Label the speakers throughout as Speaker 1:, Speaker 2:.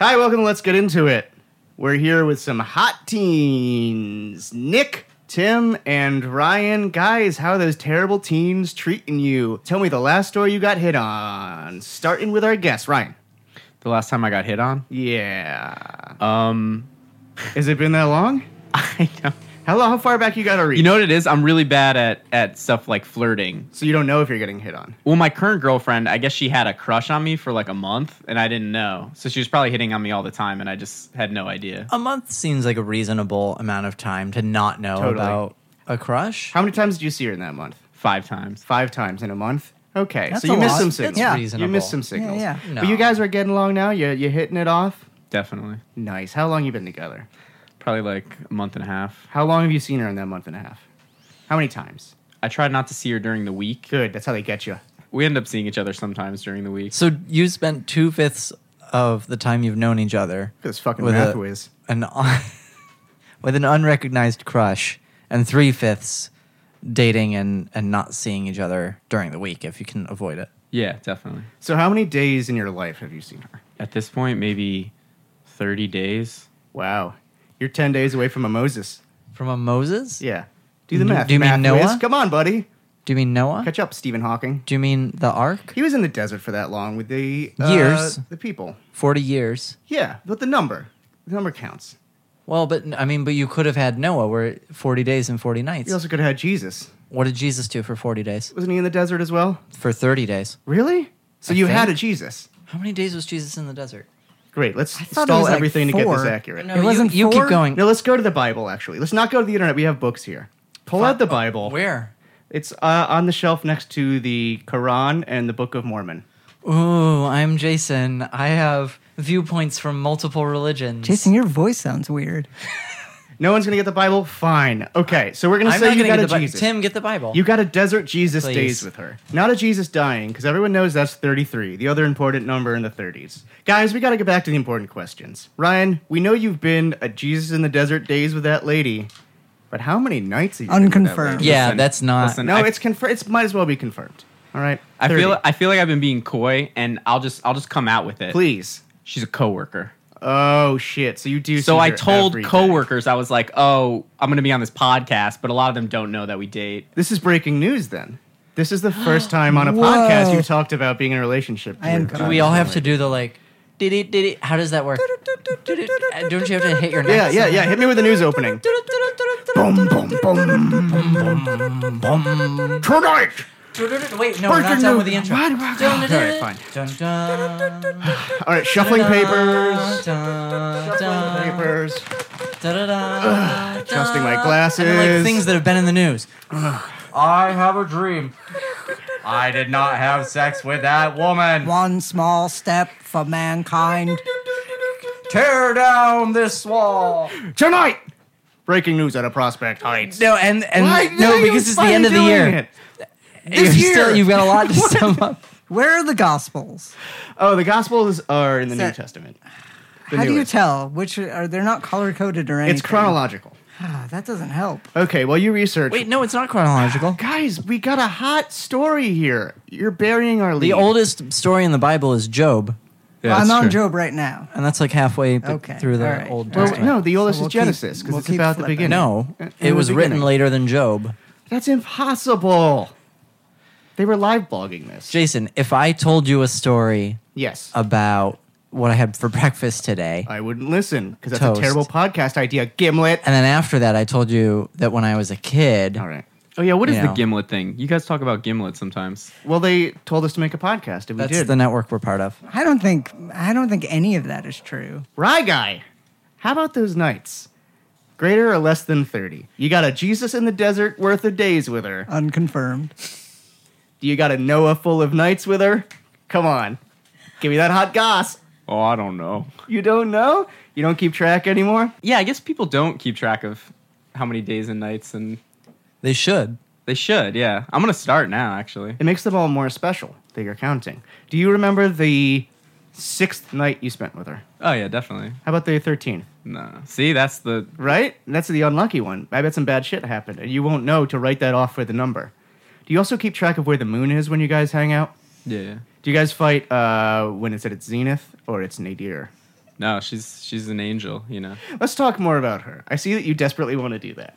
Speaker 1: Hi, welcome. to Let's get into it. We're here with some hot teens Nick, Tim, and Ryan. Guys, how are those terrible teens treating you? Tell me the last story you got hit on. Starting with our guest, Ryan.
Speaker 2: The last time I got hit on?
Speaker 1: Yeah.
Speaker 2: Um,
Speaker 1: Has it been that long?
Speaker 2: I know.
Speaker 1: How, long, how far back you got to reach?
Speaker 2: You know what it is? I'm really bad at at stuff like flirting.
Speaker 1: so you don't know if you're getting hit on.
Speaker 2: Well, my current girlfriend, I guess she had a crush on me for like a month, and I didn't know. So she was probably hitting on me all the time, and I just had no idea.
Speaker 3: A month seems like a reasonable amount of time to not know
Speaker 1: Totally.
Speaker 3: about a crush.
Speaker 1: How many times did you see her in that month?
Speaker 2: Five times.
Speaker 1: Five times in a month. Okay,
Speaker 3: That's
Speaker 1: so you
Speaker 3: a
Speaker 1: missed
Speaker 3: lot.
Speaker 1: some
Speaker 3: That's
Speaker 1: signals.
Speaker 3: reasonable.
Speaker 1: you missed some
Speaker 3: Yeah,
Speaker 1: signals.
Speaker 3: yeah.
Speaker 1: But
Speaker 3: No.
Speaker 1: you guys are getting along now. You you hitting it off.
Speaker 2: Definitely.
Speaker 1: Nice. How long you been together?
Speaker 2: Probably like a month and a half.
Speaker 1: How long have you seen her in that month and a half? How many times?
Speaker 2: I tried not to see her during the week.
Speaker 1: Good. That's how they get you.
Speaker 2: We end up seeing each other sometimes during the week.
Speaker 3: So you spent two fifths of the time you've known each other
Speaker 1: This fucking
Speaker 3: With
Speaker 1: math
Speaker 3: a-
Speaker 1: whiz.
Speaker 3: an with an unrecognized crush, and three fifths dating and and not seeing each other during the week if you can avoid it.
Speaker 2: Yeah, definitely.
Speaker 1: So how many days in your life have you seen her?
Speaker 2: At this point, maybe 30 days.
Speaker 1: Wow. You're ten days away from a Moses.
Speaker 3: From a Moses?
Speaker 1: Yeah. Do the
Speaker 3: Do-
Speaker 1: math.
Speaker 3: do you mean
Speaker 1: math
Speaker 3: Noah?
Speaker 1: whiz. Come on, buddy.
Speaker 3: Do you mean Noah?
Speaker 1: Catch up, Stephen Hawking.
Speaker 3: Do you mean the Ark?
Speaker 1: He was in the desert for that long with the uh,
Speaker 3: Years.
Speaker 1: The people.
Speaker 3: Forty years.
Speaker 1: Yeah, but the number. The number counts.
Speaker 3: Well, but I mean, but you could have had Noah, where forty days and forty nights.
Speaker 1: You also could have had Jesus.
Speaker 3: What did Jesus do for forty days?
Speaker 1: Wasn't he in the desert as well?
Speaker 3: For thirty days.
Speaker 1: Really? So
Speaker 3: I
Speaker 1: you had a
Speaker 3: think.
Speaker 1: Jesus.
Speaker 3: How many days was Jesus in the desert?
Speaker 1: Great. Let's
Speaker 3: thought it
Speaker 1: stall
Speaker 3: was like
Speaker 1: everything to get this
Speaker 3: four.
Speaker 1: accurate.
Speaker 3: it wasn't you, keep going.
Speaker 1: No, let's go to the Bible. Actually, let's not go to the internet. We have books here. Pull out the Bible.
Speaker 3: oh, Where?
Speaker 1: It's uh, on the shelf next to the Quran and the Book of Mormon.
Speaker 3: Ooh, I'm Jason. I have viewpoints from multiple religions.
Speaker 4: Jason, your voice sounds weird.
Speaker 1: No one's gonna get the Bible. Fine. Okay, so we're gonna
Speaker 3: I'm
Speaker 1: say
Speaker 3: not
Speaker 1: you got
Speaker 3: gonna get
Speaker 1: a
Speaker 3: the Bi-
Speaker 1: Jesus.
Speaker 3: Tim, get the Bible.
Speaker 1: you got a desert Jesus
Speaker 3: Please.
Speaker 1: days with her. Not a Jesus dying, because everyone knows that's 33, the other important number in the 30s. Guys, we gotta get back to the important questions. Ryan, we know you've been a Jesus in the desert days with that lady, but how many nights? Have you been with that
Speaker 4: Unconfirmed.
Speaker 1: lady?
Speaker 3: yeah, that's not.
Speaker 2: listen,
Speaker 1: No,
Speaker 2: I-
Speaker 1: it's confirmed. It's might as well be confirmed. All right.
Speaker 2: I
Speaker 1: 30.
Speaker 2: feel I feel like I've been being coy, and I'll just I'll just come out with it.
Speaker 1: Please.
Speaker 2: She's a coworker.
Speaker 1: Oh shit! So you do.
Speaker 2: So
Speaker 1: see
Speaker 2: I
Speaker 1: her
Speaker 2: told
Speaker 1: every day.
Speaker 2: coworkers, I was like, "Oh, I'm going to be on this podcast," but a lot of them don't know that we date.
Speaker 1: This is breaking news. Then this is the first time on a
Speaker 4: Whoa.
Speaker 1: podcast you talked about being in a relationship.
Speaker 4: I am
Speaker 1: with-
Speaker 4: confused.
Speaker 3: do we all have to do the like? Did it? Did it? How does that work? Did it- uh, Don't you have to hit your
Speaker 1: Yeah,
Speaker 3: neck?
Speaker 1: yeah, yeah. Hit me with the news opening. boom, boom, boom, Tonight.
Speaker 3: yeah. Wait, no, we're not done with the intro.
Speaker 1: All right, fine.
Speaker 3: Dun, dun,
Speaker 1: All right, shuffling papers.
Speaker 3: dun,
Speaker 1: Shuffling
Speaker 3: dun,
Speaker 1: papers.
Speaker 3: da, da, da,
Speaker 1: Adjusting my
Speaker 3: And they're,
Speaker 1: glasses.
Speaker 3: like things that have been in the news. I have a dream. I did not have sex with that woman.
Speaker 4: One small step for mankind.
Speaker 3: Tear down this wall.
Speaker 1: Tonight. Breaking news at a Prospect Heights.
Speaker 3: No, and and
Speaker 1: Why-
Speaker 3: no,
Speaker 1: you
Speaker 3: because it's the
Speaker 1: finally
Speaker 3: end of the
Speaker 1: doing
Speaker 3: year.
Speaker 1: it?
Speaker 3: You're
Speaker 1: This year.
Speaker 3: Still, you've got a lot to sum up.
Speaker 4: Where are the gospels?
Speaker 1: Oh, the Gospels are in the New
Speaker 4: that-
Speaker 1: Testament. The
Speaker 4: How do you
Speaker 1: newest.
Speaker 4: tell? Which are they're not color coded or anything?
Speaker 1: It's chronological.
Speaker 4: Ah, that doesn't help.
Speaker 1: Okay, well, you research.
Speaker 3: Wait, no, it's not chronological.
Speaker 1: Guys, we got a hot story here. You're burying our lead.
Speaker 3: The oldest story in the Bible is Job,
Speaker 4: I'm on Job right now.
Speaker 3: and that's like halfway b-
Speaker 4: Okay,
Speaker 3: through the
Speaker 4: all right.
Speaker 3: Old
Speaker 1: Well,
Speaker 3: Testament.
Speaker 1: no, the oldest
Speaker 4: we'll
Speaker 1: is
Speaker 4: keep-
Speaker 1: Genesis because
Speaker 4: we'll
Speaker 1: it's
Speaker 4: keep
Speaker 1: about the
Speaker 4: flipping.
Speaker 1: beginning.
Speaker 3: No,
Speaker 1: In the
Speaker 3: it was written
Speaker 1: beginning.
Speaker 3: later than Job.
Speaker 1: That's impossible. They were live blogging this.
Speaker 3: Jason, if I told you a story uh,
Speaker 1: yes.
Speaker 3: about what I had for breakfast today,
Speaker 1: I wouldn't listen because that's
Speaker 3: Toast.
Speaker 1: a terrible podcast idea, Gimlet.
Speaker 3: and then after that I told you that when I was a kid,
Speaker 1: All right.
Speaker 2: Oh yeah, what is
Speaker 3: You
Speaker 2: the
Speaker 3: know.
Speaker 2: gimlet thing? You guys talk about gimlet sometimes.
Speaker 1: Well, they told us to make a podcast, and we
Speaker 3: that's
Speaker 1: did.
Speaker 3: the network we're part of.
Speaker 4: I don't think I don't think any of that is true.
Speaker 1: Rye guy, how about those nights? Greater or less than 30? You got a Jesus in the desert worth of days with her.
Speaker 4: Unconfirmed.
Speaker 1: Do you got a Noah full of nights with her? Come on. Give me that hot goss.
Speaker 2: Oh, I don't know.
Speaker 1: You don't know? You don't keep track anymore?
Speaker 2: Yeah, I guess people don't keep track of how many days and nights, and
Speaker 3: They should.
Speaker 2: they should. Yeah, I'm going to start now. Actually,
Speaker 1: It makes them all more special that you're counting. Do you remember the sixth night you spent with her?
Speaker 2: oh yeah, definitely.
Speaker 1: How about the 13th?
Speaker 2: No, see, that's the
Speaker 1: Right? That's the unlucky one. I bet some bad shit happened, and you won't know to write that off with a number. Do you also keep track of where the moon is when you guys hang out?
Speaker 2: yeah.
Speaker 1: Do you guys fight uh, when it's at its zenith or its nadir?
Speaker 2: No, she's she's an angel, you know.
Speaker 1: Let's talk more about her. I see that you desperately want to do that.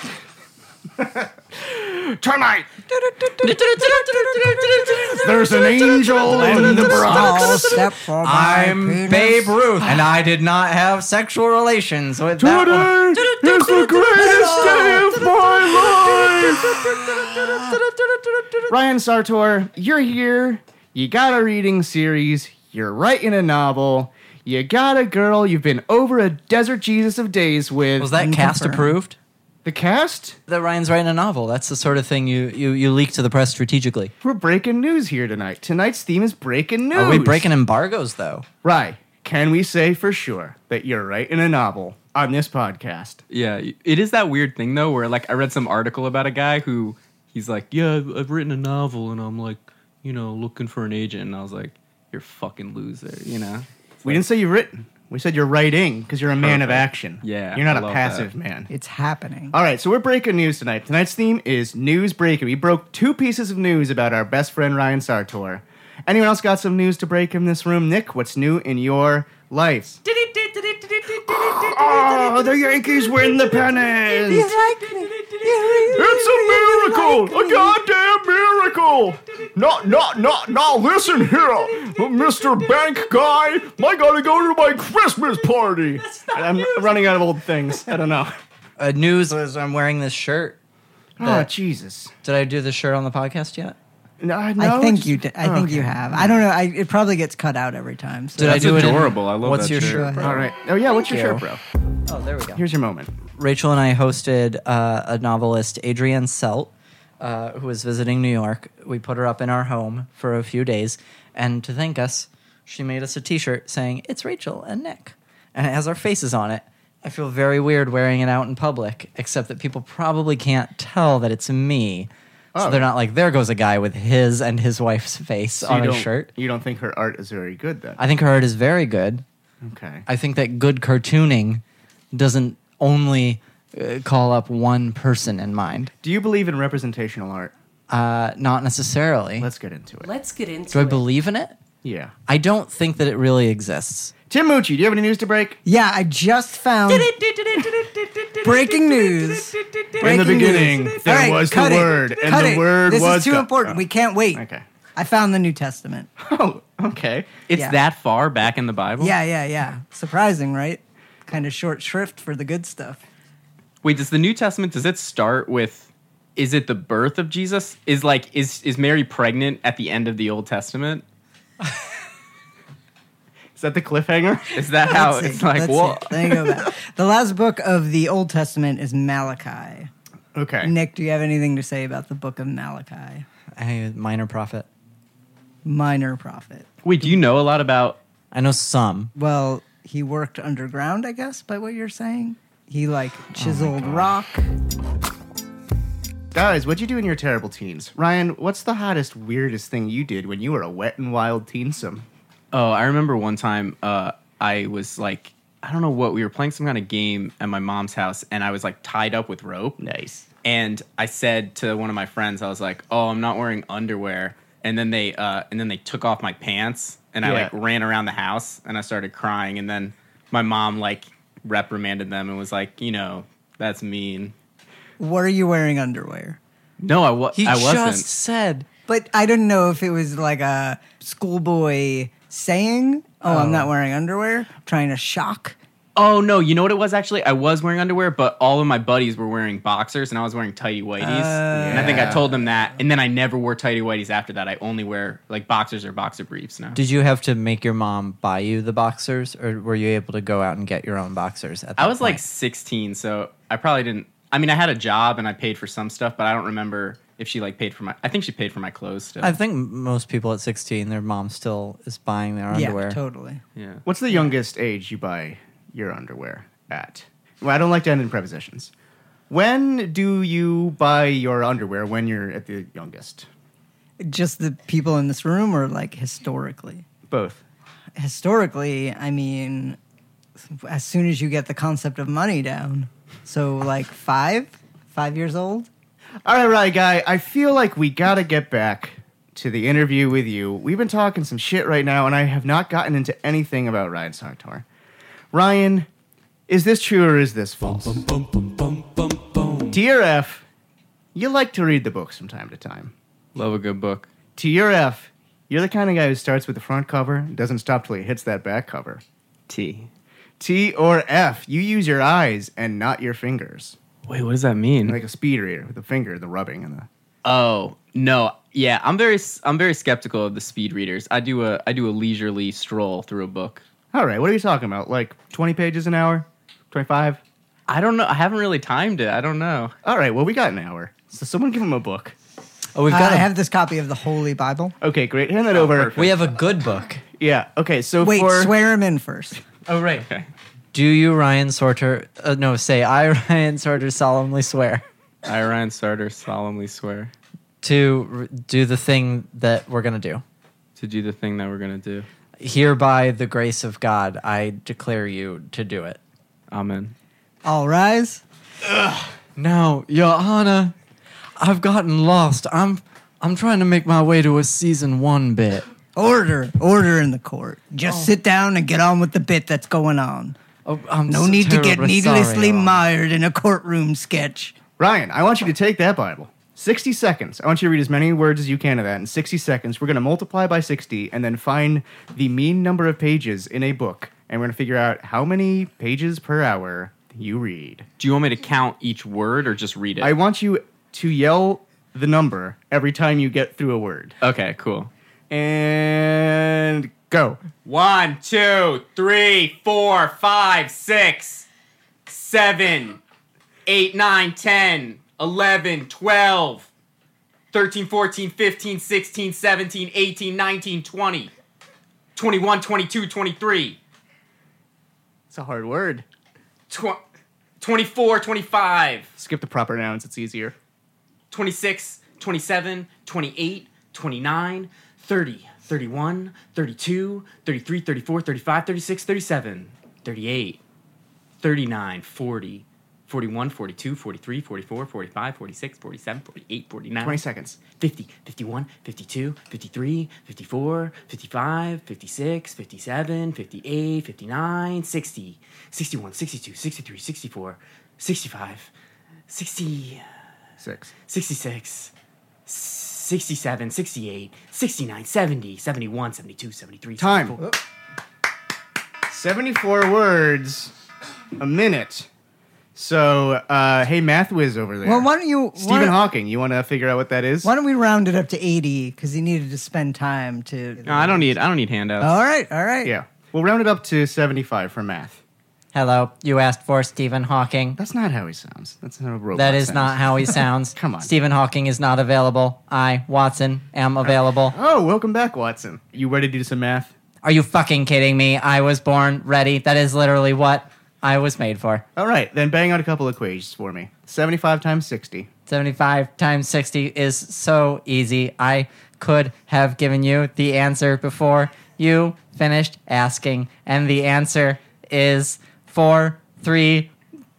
Speaker 1: Termite! There's an angel in the
Speaker 4: I'll
Speaker 1: Bronx.
Speaker 4: step for my
Speaker 3: I'm
Speaker 4: penis.
Speaker 3: Babe Ruth, and I did not have sexual relations with that one.
Speaker 1: Today is the greatest day of my life. Ryan Sartor, you're here. You got a reading series. You're writing a novel. You got a girl you've been over a desert Jesus of days with.
Speaker 3: Was that cast
Speaker 4: confirmed.
Speaker 3: approved?
Speaker 1: the cast?
Speaker 3: That Ryan's writing a novel. That's the sort of thing you, you, you leak to the press strategically.
Speaker 1: We're breaking news here tonight. Tonight's theme is breaking news.
Speaker 3: Are we breaking embargoes though?
Speaker 1: Right. Can we say for sure that you're writing a novel on this podcast?
Speaker 2: Yeah, it is that weird thing though, where like I read some article about a guy who he's like, yeah, I've, I've written a novel, and I'm like, you know, looking for an agent, and I was like, you're a fucking loser, you know.
Speaker 1: We didn't say you've written. We said you're writing because you're a man of
Speaker 2: Perfect.
Speaker 1: action.
Speaker 2: Yeah,
Speaker 1: You're not
Speaker 2: I
Speaker 1: a
Speaker 2: love
Speaker 1: passive
Speaker 2: that.
Speaker 1: man.
Speaker 4: It's happening.
Speaker 1: All right, so we're breaking news tonight. Tonight's theme is news breaking. We broke two pieces of news about our best friend Ryan Sartor. Anyone else got some news to break in this room? Nick, what's new in your life? Oh, the Yankees win the pennant! It's a miracle! A goddamn miracle! Not, not, not, not, listen here! Mr. Bank Guy, I gotta go to my Christmas party! I'm running out of old things. I don't know.
Speaker 4: Oh,
Speaker 3: Uh, news is I'm wearing this shirt.
Speaker 1: Oh, Jesus.
Speaker 3: Did I do this shirt on the podcast yet?
Speaker 1: No,
Speaker 4: I
Speaker 1: no, Oh.
Speaker 4: think
Speaker 1: just-
Speaker 4: you. Did, I think you have. I don't know. I, it probably gets cut out every time. So
Speaker 3: Did
Speaker 2: That's
Speaker 3: I do
Speaker 2: adorable.
Speaker 3: It in-
Speaker 2: I love
Speaker 3: What's
Speaker 2: that
Speaker 3: your
Speaker 2: shirt.
Speaker 3: shirt?
Speaker 4: Go
Speaker 3: bro?
Speaker 4: ahead.
Speaker 1: All right. Oh, yeah, what's your
Speaker 3: Thank
Speaker 1: shirt, bro?
Speaker 3: Oh, there we go.
Speaker 1: Here's your moment.
Speaker 3: Rachel and I hosted uh, a novelist, Adrienne Selt, uh, who was visiting New York. We put her up in our home for a few days, and to thank us, she made us a T-shirt saying "It's Rachel and Nick," and it has our faces on it. I feel very weird wearing it out in public, except that people probably can't tell that it's me, so
Speaker 1: Oh.
Speaker 3: they're not like, "There goes a guy with his and his wife's face on
Speaker 1: you
Speaker 3: his
Speaker 1: don't-
Speaker 3: shirt."
Speaker 1: You don't think her art is very good, then?
Speaker 3: I think her art is very good.
Speaker 1: okay.
Speaker 3: I think that good cartooning doesn't only uh, call up one person in mind.
Speaker 1: Do you believe in representational art?
Speaker 3: Uh, not necessarily.
Speaker 1: Let's get into it.
Speaker 5: Let's get into
Speaker 3: Do I
Speaker 5: it.
Speaker 3: believe in it?
Speaker 1: Yeah.
Speaker 3: I don't think that it really exists.
Speaker 1: Tim Mucci, do you have any news to break?
Speaker 4: yeah, I just found. Breaking news.
Speaker 1: In the
Speaker 4: Breaking
Speaker 1: beginning,
Speaker 4: news.
Speaker 1: there
Speaker 4: All right,
Speaker 1: was the
Speaker 4: cut it.
Speaker 1: word, and
Speaker 4: Cut
Speaker 1: the
Speaker 4: it.
Speaker 1: word
Speaker 4: this
Speaker 1: was
Speaker 4: is too
Speaker 1: go-
Speaker 4: important.
Speaker 1: Oh.
Speaker 4: We can't wait.
Speaker 1: Okay.
Speaker 4: I found the New Testament.
Speaker 1: Oh, okay.
Speaker 2: It's
Speaker 4: Yeah.
Speaker 2: that far back in the Bible.
Speaker 4: Yeah, yeah, yeah. Surprising, right? Kind of short shrift for the good stuff.
Speaker 2: Wait, does the New Testament does it start with? Is it the birth of Jesus? Is like is is Mary pregnant at the end of the Old Testament?
Speaker 1: Is that the cliffhanger?
Speaker 2: Is that how
Speaker 4: That's
Speaker 2: it's
Speaker 4: it.
Speaker 2: like?
Speaker 4: That's
Speaker 2: Whoa.
Speaker 4: it. There you go. Matt. the last book of the Old Testament is Malachi.
Speaker 1: Okay.
Speaker 4: Nick, do you have anything to say about the book of Malachi?
Speaker 3: I minor prophet.
Speaker 4: Minor prophet.
Speaker 2: Wait, do you know a lot about?
Speaker 3: I know some.
Speaker 4: Well, he worked underground, I guess, by what you're saying. He like
Speaker 1: Oh
Speaker 4: chiseled rock.
Speaker 1: Guys, what'd you do in your terrible teens? Ryan, what's the hottest, weirdest thing you did when you were a wet and wild teensome?
Speaker 2: Oh, I remember one time uh, I was like, I don't know what we were playing some kind of game at my mom's house, and I was like tied up with rope.
Speaker 1: Nice.
Speaker 2: and I said to one of my friends, I was like, "Oh, I'm not wearing underwear." And then they uh, and then they took off my pants, and I
Speaker 1: Yeah.
Speaker 2: like ran around the house, and I started crying. And then my mom like reprimanded them and was like, "You know, that's mean."
Speaker 4: Were you wearing underwear?
Speaker 2: No, I, wa-
Speaker 3: He
Speaker 2: I wasn't.
Speaker 3: just said
Speaker 4: But I didn't know if it was like a schoolboy saying, "Oh, I'm not wearing underwear," trying to shock.
Speaker 2: Oh no, you know what it was actually? I was wearing underwear, but all of my buddies were wearing boxers, and I was wearing tighty whities. and I think I told them that, and then I never wore tighty whities after that. I only wear like boxers or boxer briefs now.
Speaker 3: Did you have to make your mom buy you the boxers, or were you able to go out and get your own boxers? At that
Speaker 2: I was like
Speaker 3: point?
Speaker 2: 16, so I probably didn't. I mean, I had a job and I paid for some stuff, but I don't remember if she like paid for my. I think she paid for my clothes still.
Speaker 3: I think most people at sixteen, their mom still is buying their underwear.
Speaker 4: Yeah, totally.
Speaker 2: yeah.
Speaker 1: What's the youngest age you buy your underwear at? Well, I don't like to end in prepositions. When do you buy your underwear when you're at the youngest?
Speaker 4: Just the people in this room, or like historically.
Speaker 1: Both.
Speaker 4: Historically, I mean, as soon as you get the concept of money down, so like five, five years old.
Speaker 1: All right, right, guy. I feel like we gotta get back to the interview with you. We've been talking some shit right now, and I have not gotten into anything about Ryan Sartor. Ryan, is this true or is this false? Dear F, you like to read the books from time to time.
Speaker 2: Love a good book.
Speaker 1: To your F, you're the kind of guy who starts with the front cover and doesn't stop till he hits that back cover.
Speaker 2: T.
Speaker 1: T or F, you use your eyes and not your fingers.
Speaker 2: Wait, what does that mean?
Speaker 1: Like a speed reader with the finger, the rubbing, and the.
Speaker 2: oh no, yeah, I'm very s- I'm very skeptical of the speed readers. I do a I do a leisurely stroll through a book.
Speaker 1: All right, what are you talking about? Like 20 pages an hour? 25?
Speaker 2: I don't know. I haven't really timed it. I don't know.
Speaker 1: All right, well, we got an hour. So someone give him a book.
Speaker 3: Oh, we've
Speaker 4: I
Speaker 3: got. a,
Speaker 4: have this copy of the Holy Bible.
Speaker 1: Okay, great. Hand that over.
Speaker 3: we have a good book.
Speaker 1: Yeah, okay, so
Speaker 4: Wait,
Speaker 1: for.
Speaker 4: swear him in first.
Speaker 3: Oh right.
Speaker 2: Okay.
Speaker 3: Do you, Ryan Sorter? Uh, no, say I, Ryan Sorter, solemnly swear
Speaker 2: I Ryan Starter solemnly swear
Speaker 3: to r- do the thing that we're gonna do.
Speaker 2: to do the thing that we're gonna do.
Speaker 3: Hereby, the grace of God, I declare you to do it.
Speaker 2: Amen.
Speaker 4: All rise.
Speaker 3: No, Your Honor, I've gotten lost. I'm I'm trying to make my way to a season one bit.
Speaker 4: Order, order in the court. Just sit down and get on with the bit that's going on.
Speaker 3: Oh, I'm
Speaker 4: No
Speaker 3: so
Speaker 4: need to get
Speaker 3: terribly sorry,
Speaker 4: needlessly
Speaker 3: Your Honor.
Speaker 4: mired in a courtroom sketch.
Speaker 1: Ryan, I want you to take that Bible. 60 seconds. I want you to read as many words as you can of that in 60 seconds. We're going to multiply by 60 and then find the mean number of pages in a book. And we're going to figure out how many pages per hour you read.
Speaker 2: Do you want me to count each word or just read it?
Speaker 1: I want you to yell the number every time you get through a word.
Speaker 2: okay, cool.
Speaker 1: And go.
Speaker 2: One, two, three, four, five, six, seven, eight, nine, ten, eleven, twelve, thirteen, fourteen, fifteen, sixteen, seventeen, eighteen, nineteen, twenty, twenty-one, twenty-two, twenty-three,
Speaker 1: It's a hard word.
Speaker 2: tw- twenty-four, twenty-five.
Speaker 1: Skip the proper nouns, it's easier.
Speaker 2: 26, 27, 28, 29, 30, 31, 32, 33, 34, 35, 36, 37, 38, 39, 40, 41, 42, 43, 44, 45, 46, 47, 48,
Speaker 1: 20
Speaker 2: 49,
Speaker 1: seconds.
Speaker 2: 50, 51, 52, 53, 54, 55, 56, 57, 58, 59, 60, 61, 62, 63, 64, 65, 60.
Speaker 1: Six.
Speaker 2: 66, 67, 68, 69, 70, 71, 72, 73.
Speaker 1: Time.
Speaker 2: 74. Oh.
Speaker 1: 74 words a minute. So, uh, hey, math whiz over there.
Speaker 4: Well, why don't you, why
Speaker 1: Stephen
Speaker 4: don't,
Speaker 1: Hawking, you want to figure out what that is?
Speaker 4: why don't we round it up to eighty? Because he needed to spend time to.
Speaker 2: No, I don't need I don't need handouts.
Speaker 4: All right, all right.
Speaker 1: Yeah. We'll round it up to 75 for math.
Speaker 3: Hello, you asked for Stephen Hawking.
Speaker 1: That's not how he sounds. That's not a robot.
Speaker 3: That is
Speaker 1: sounds.
Speaker 3: not how he sounds.
Speaker 1: Come on.
Speaker 3: Stephen Hawking is not available. I, Watson, am available.
Speaker 1: Oh, welcome back, Watson. You ready to do some math?
Speaker 3: Are you fucking kidding me? I was born ready. That is literally what I was made for.
Speaker 1: All right, then bang out a couple equations for me. 75 times 60.
Speaker 3: 75 times 60 is so easy. I could have given you the answer before you finished asking. And the answer is four, three,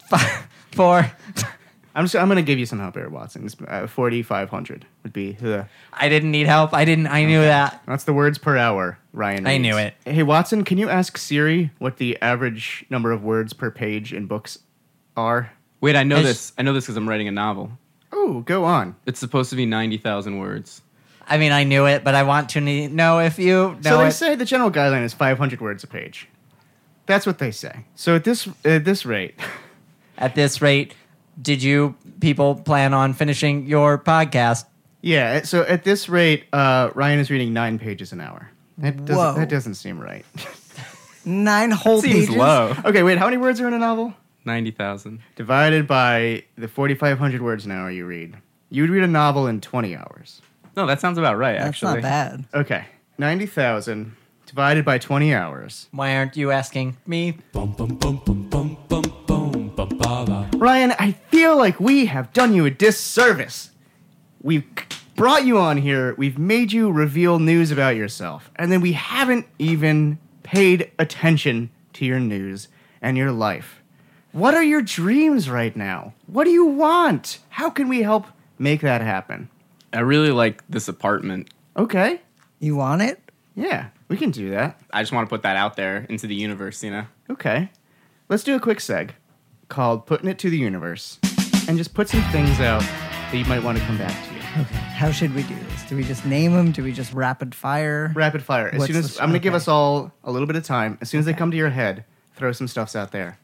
Speaker 3: five, four.
Speaker 1: I'm just, I'm going to give you some help here, Watson. It's, Uh, 4,500 would be the.
Speaker 3: I didn't need help. I didn't. I knew that.
Speaker 1: That's the words per hour, Ryan.
Speaker 3: I
Speaker 1: reads.
Speaker 3: knew it.
Speaker 1: Hey, Watson, can you ask Siri what the average number of words per page in books are?
Speaker 2: Wait, I know
Speaker 3: I
Speaker 2: this. I know this because I'm writing a novel.
Speaker 1: Oh, go on.
Speaker 2: It's supposed to be 90,000 words.
Speaker 3: I mean, I knew it, but I want to ne- know if you
Speaker 1: so
Speaker 3: know
Speaker 1: they
Speaker 3: it.
Speaker 1: say the general guideline is 500 words a page. That's what they say. So at this at this rate,
Speaker 3: At this rate, did you people plan on finishing your podcast?
Speaker 1: yeah. So at this rate, uh, Ryan is reading nine pages an hour. That doesn't,
Speaker 4: Whoa.
Speaker 1: that doesn't seem right.
Speaker 4: Nine whole
Speaker 2: Seems
Speaker 4: pages.
Speaker 2: low.
Speaker 3: Oh.
Speaker 1: okay, wait. How many words are in a novel?
Speaker 2: 90,000.
Speaker 1: Divided by the 4,500 words an hour you read. You would read a novel in 20 hours.
Speaker 2: No, that sounds about right
Speaker 4: That's
Speaker 2: actually.
Speaker 4: not bad.
Speaker 1: Okay, 90,000 divided by 20 hours.
Speaker 3: Why aren't you asking me?
Speaker 5: Bum bum bum bum bum bum bum bum ba ba.
Speaker 1: Ryan, I feel like we have done you a disservice. We've c- brought you on here, we've made you reveal news about yourself, and then we haven't even paid attention to your news and your life. What are your dreams right now? What do you want? How can we help make that happen?
Speaker 2: I really like this apartment.
Speaker 1: Okay,
Speaker 4: You want it?
Speaker 1: yeah, we can do that.
Speaker 2: I just want to put that out there into the universe, you know.
Speaker 1: Okay. Let's do a quick seg called Putting It to the Universe and just put some things out that you might want to come back to.
Speaker 4: How should we do this? Do we just name them? Do we just rapid fire?
Speaker 1: Rapid fire. As
Speaker 4: What's
Speaker 1: soon as
Speaker 4: the-
Speaker 1: I'm going to give
Speaker 4: okay.
Speaker 1: us all a little bit of time. As soon as they come to your head, throw some stuffs out there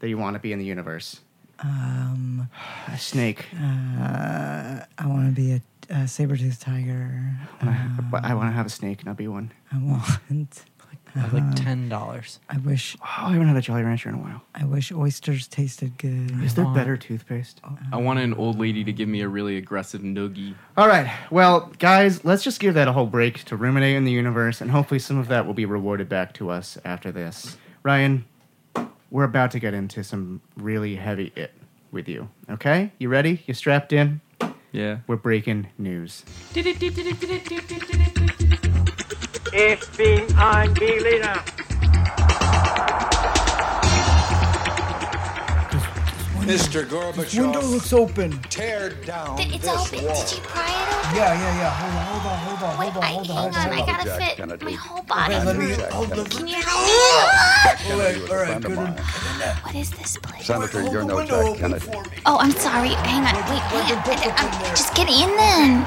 Speaker 1: that you want to be in the universe.
Speaker 4: um,
Speaker 1: A snake.
Speaker 4: uh, I want to be a, a saber-toothed tiger.
Speaker 1: I,
Speaker 4: um,
Speaker 1: want to have a snake, not be one.
Speaker 4: I want.
Speaker 3: Like,
Speaker 4: Uh-huh.
Speaker 3: like ten dollars.
Speaker 4: I wish.
Speaker 1: Oh, I haven't had a Jolly Rancher in a while.
Speaker 4: I wish oysters tasted good.
Speaker 1: Is there
Speaker 3: want-
Speaker 1: better toothpaste?
Speaker 2: I want an old lady to give me a really aggressive noogie.
Speaker 1: All right. Well, guys, let's just give that a whole break to ruminate in the universe, and hopefully some of that will be rewarded back to us after this. Ryan, we're about to get into some really heavy it with you. Okay? You ready? You strapped in?
Speaker 2: Yeah.
Speaker 1: We're breaking news.
Speaker 6: Ich bin ein Berliner.
Speaker 7: Mr. Gorbachev.
Speaker 8: Window looks open.
Speaker 7: tear down
Speaker 9: Th- It's
Speaker 7: this
Speaker 9: open.
Speaker 7: wall.
Speaker 9: Did you pry
Speaker 8: Yeah, yeah, yeah. Hold on, hold on,
Speaker 9: it
Speaker 8: hold
Speaker 9: open?
Speaker 8: on,
Speaker 9: Wait, I,
Speaker 8: hold on, hold on.
Speaker 9: hang on. I gotta
Speaker 7: Jack
Speaker 9: fit
Speaker 7: Kennedy.
Speaker 9: my whole body.
Speaker 8: Let me.
Speaker 7: Jack
Speaker 8: Hold on.
Speaker 9: Can you help
Speaker 8: All right, all right. Good.
Speaker 9: me? What is this place?
Speaker 7: Senator,
Speaker 8: Hold
Speaker 7: you're
Speaker 8: the
Speaker 7: no
Speaker 8: window
Speaker 7: Jack
Speaker 8: open
Speaker 7: Kennedy.
Speaker 8: for me.
Speaker 9: Oh, I'm sorry. Hang on. Wait, hang on. I- I'm- just get in then.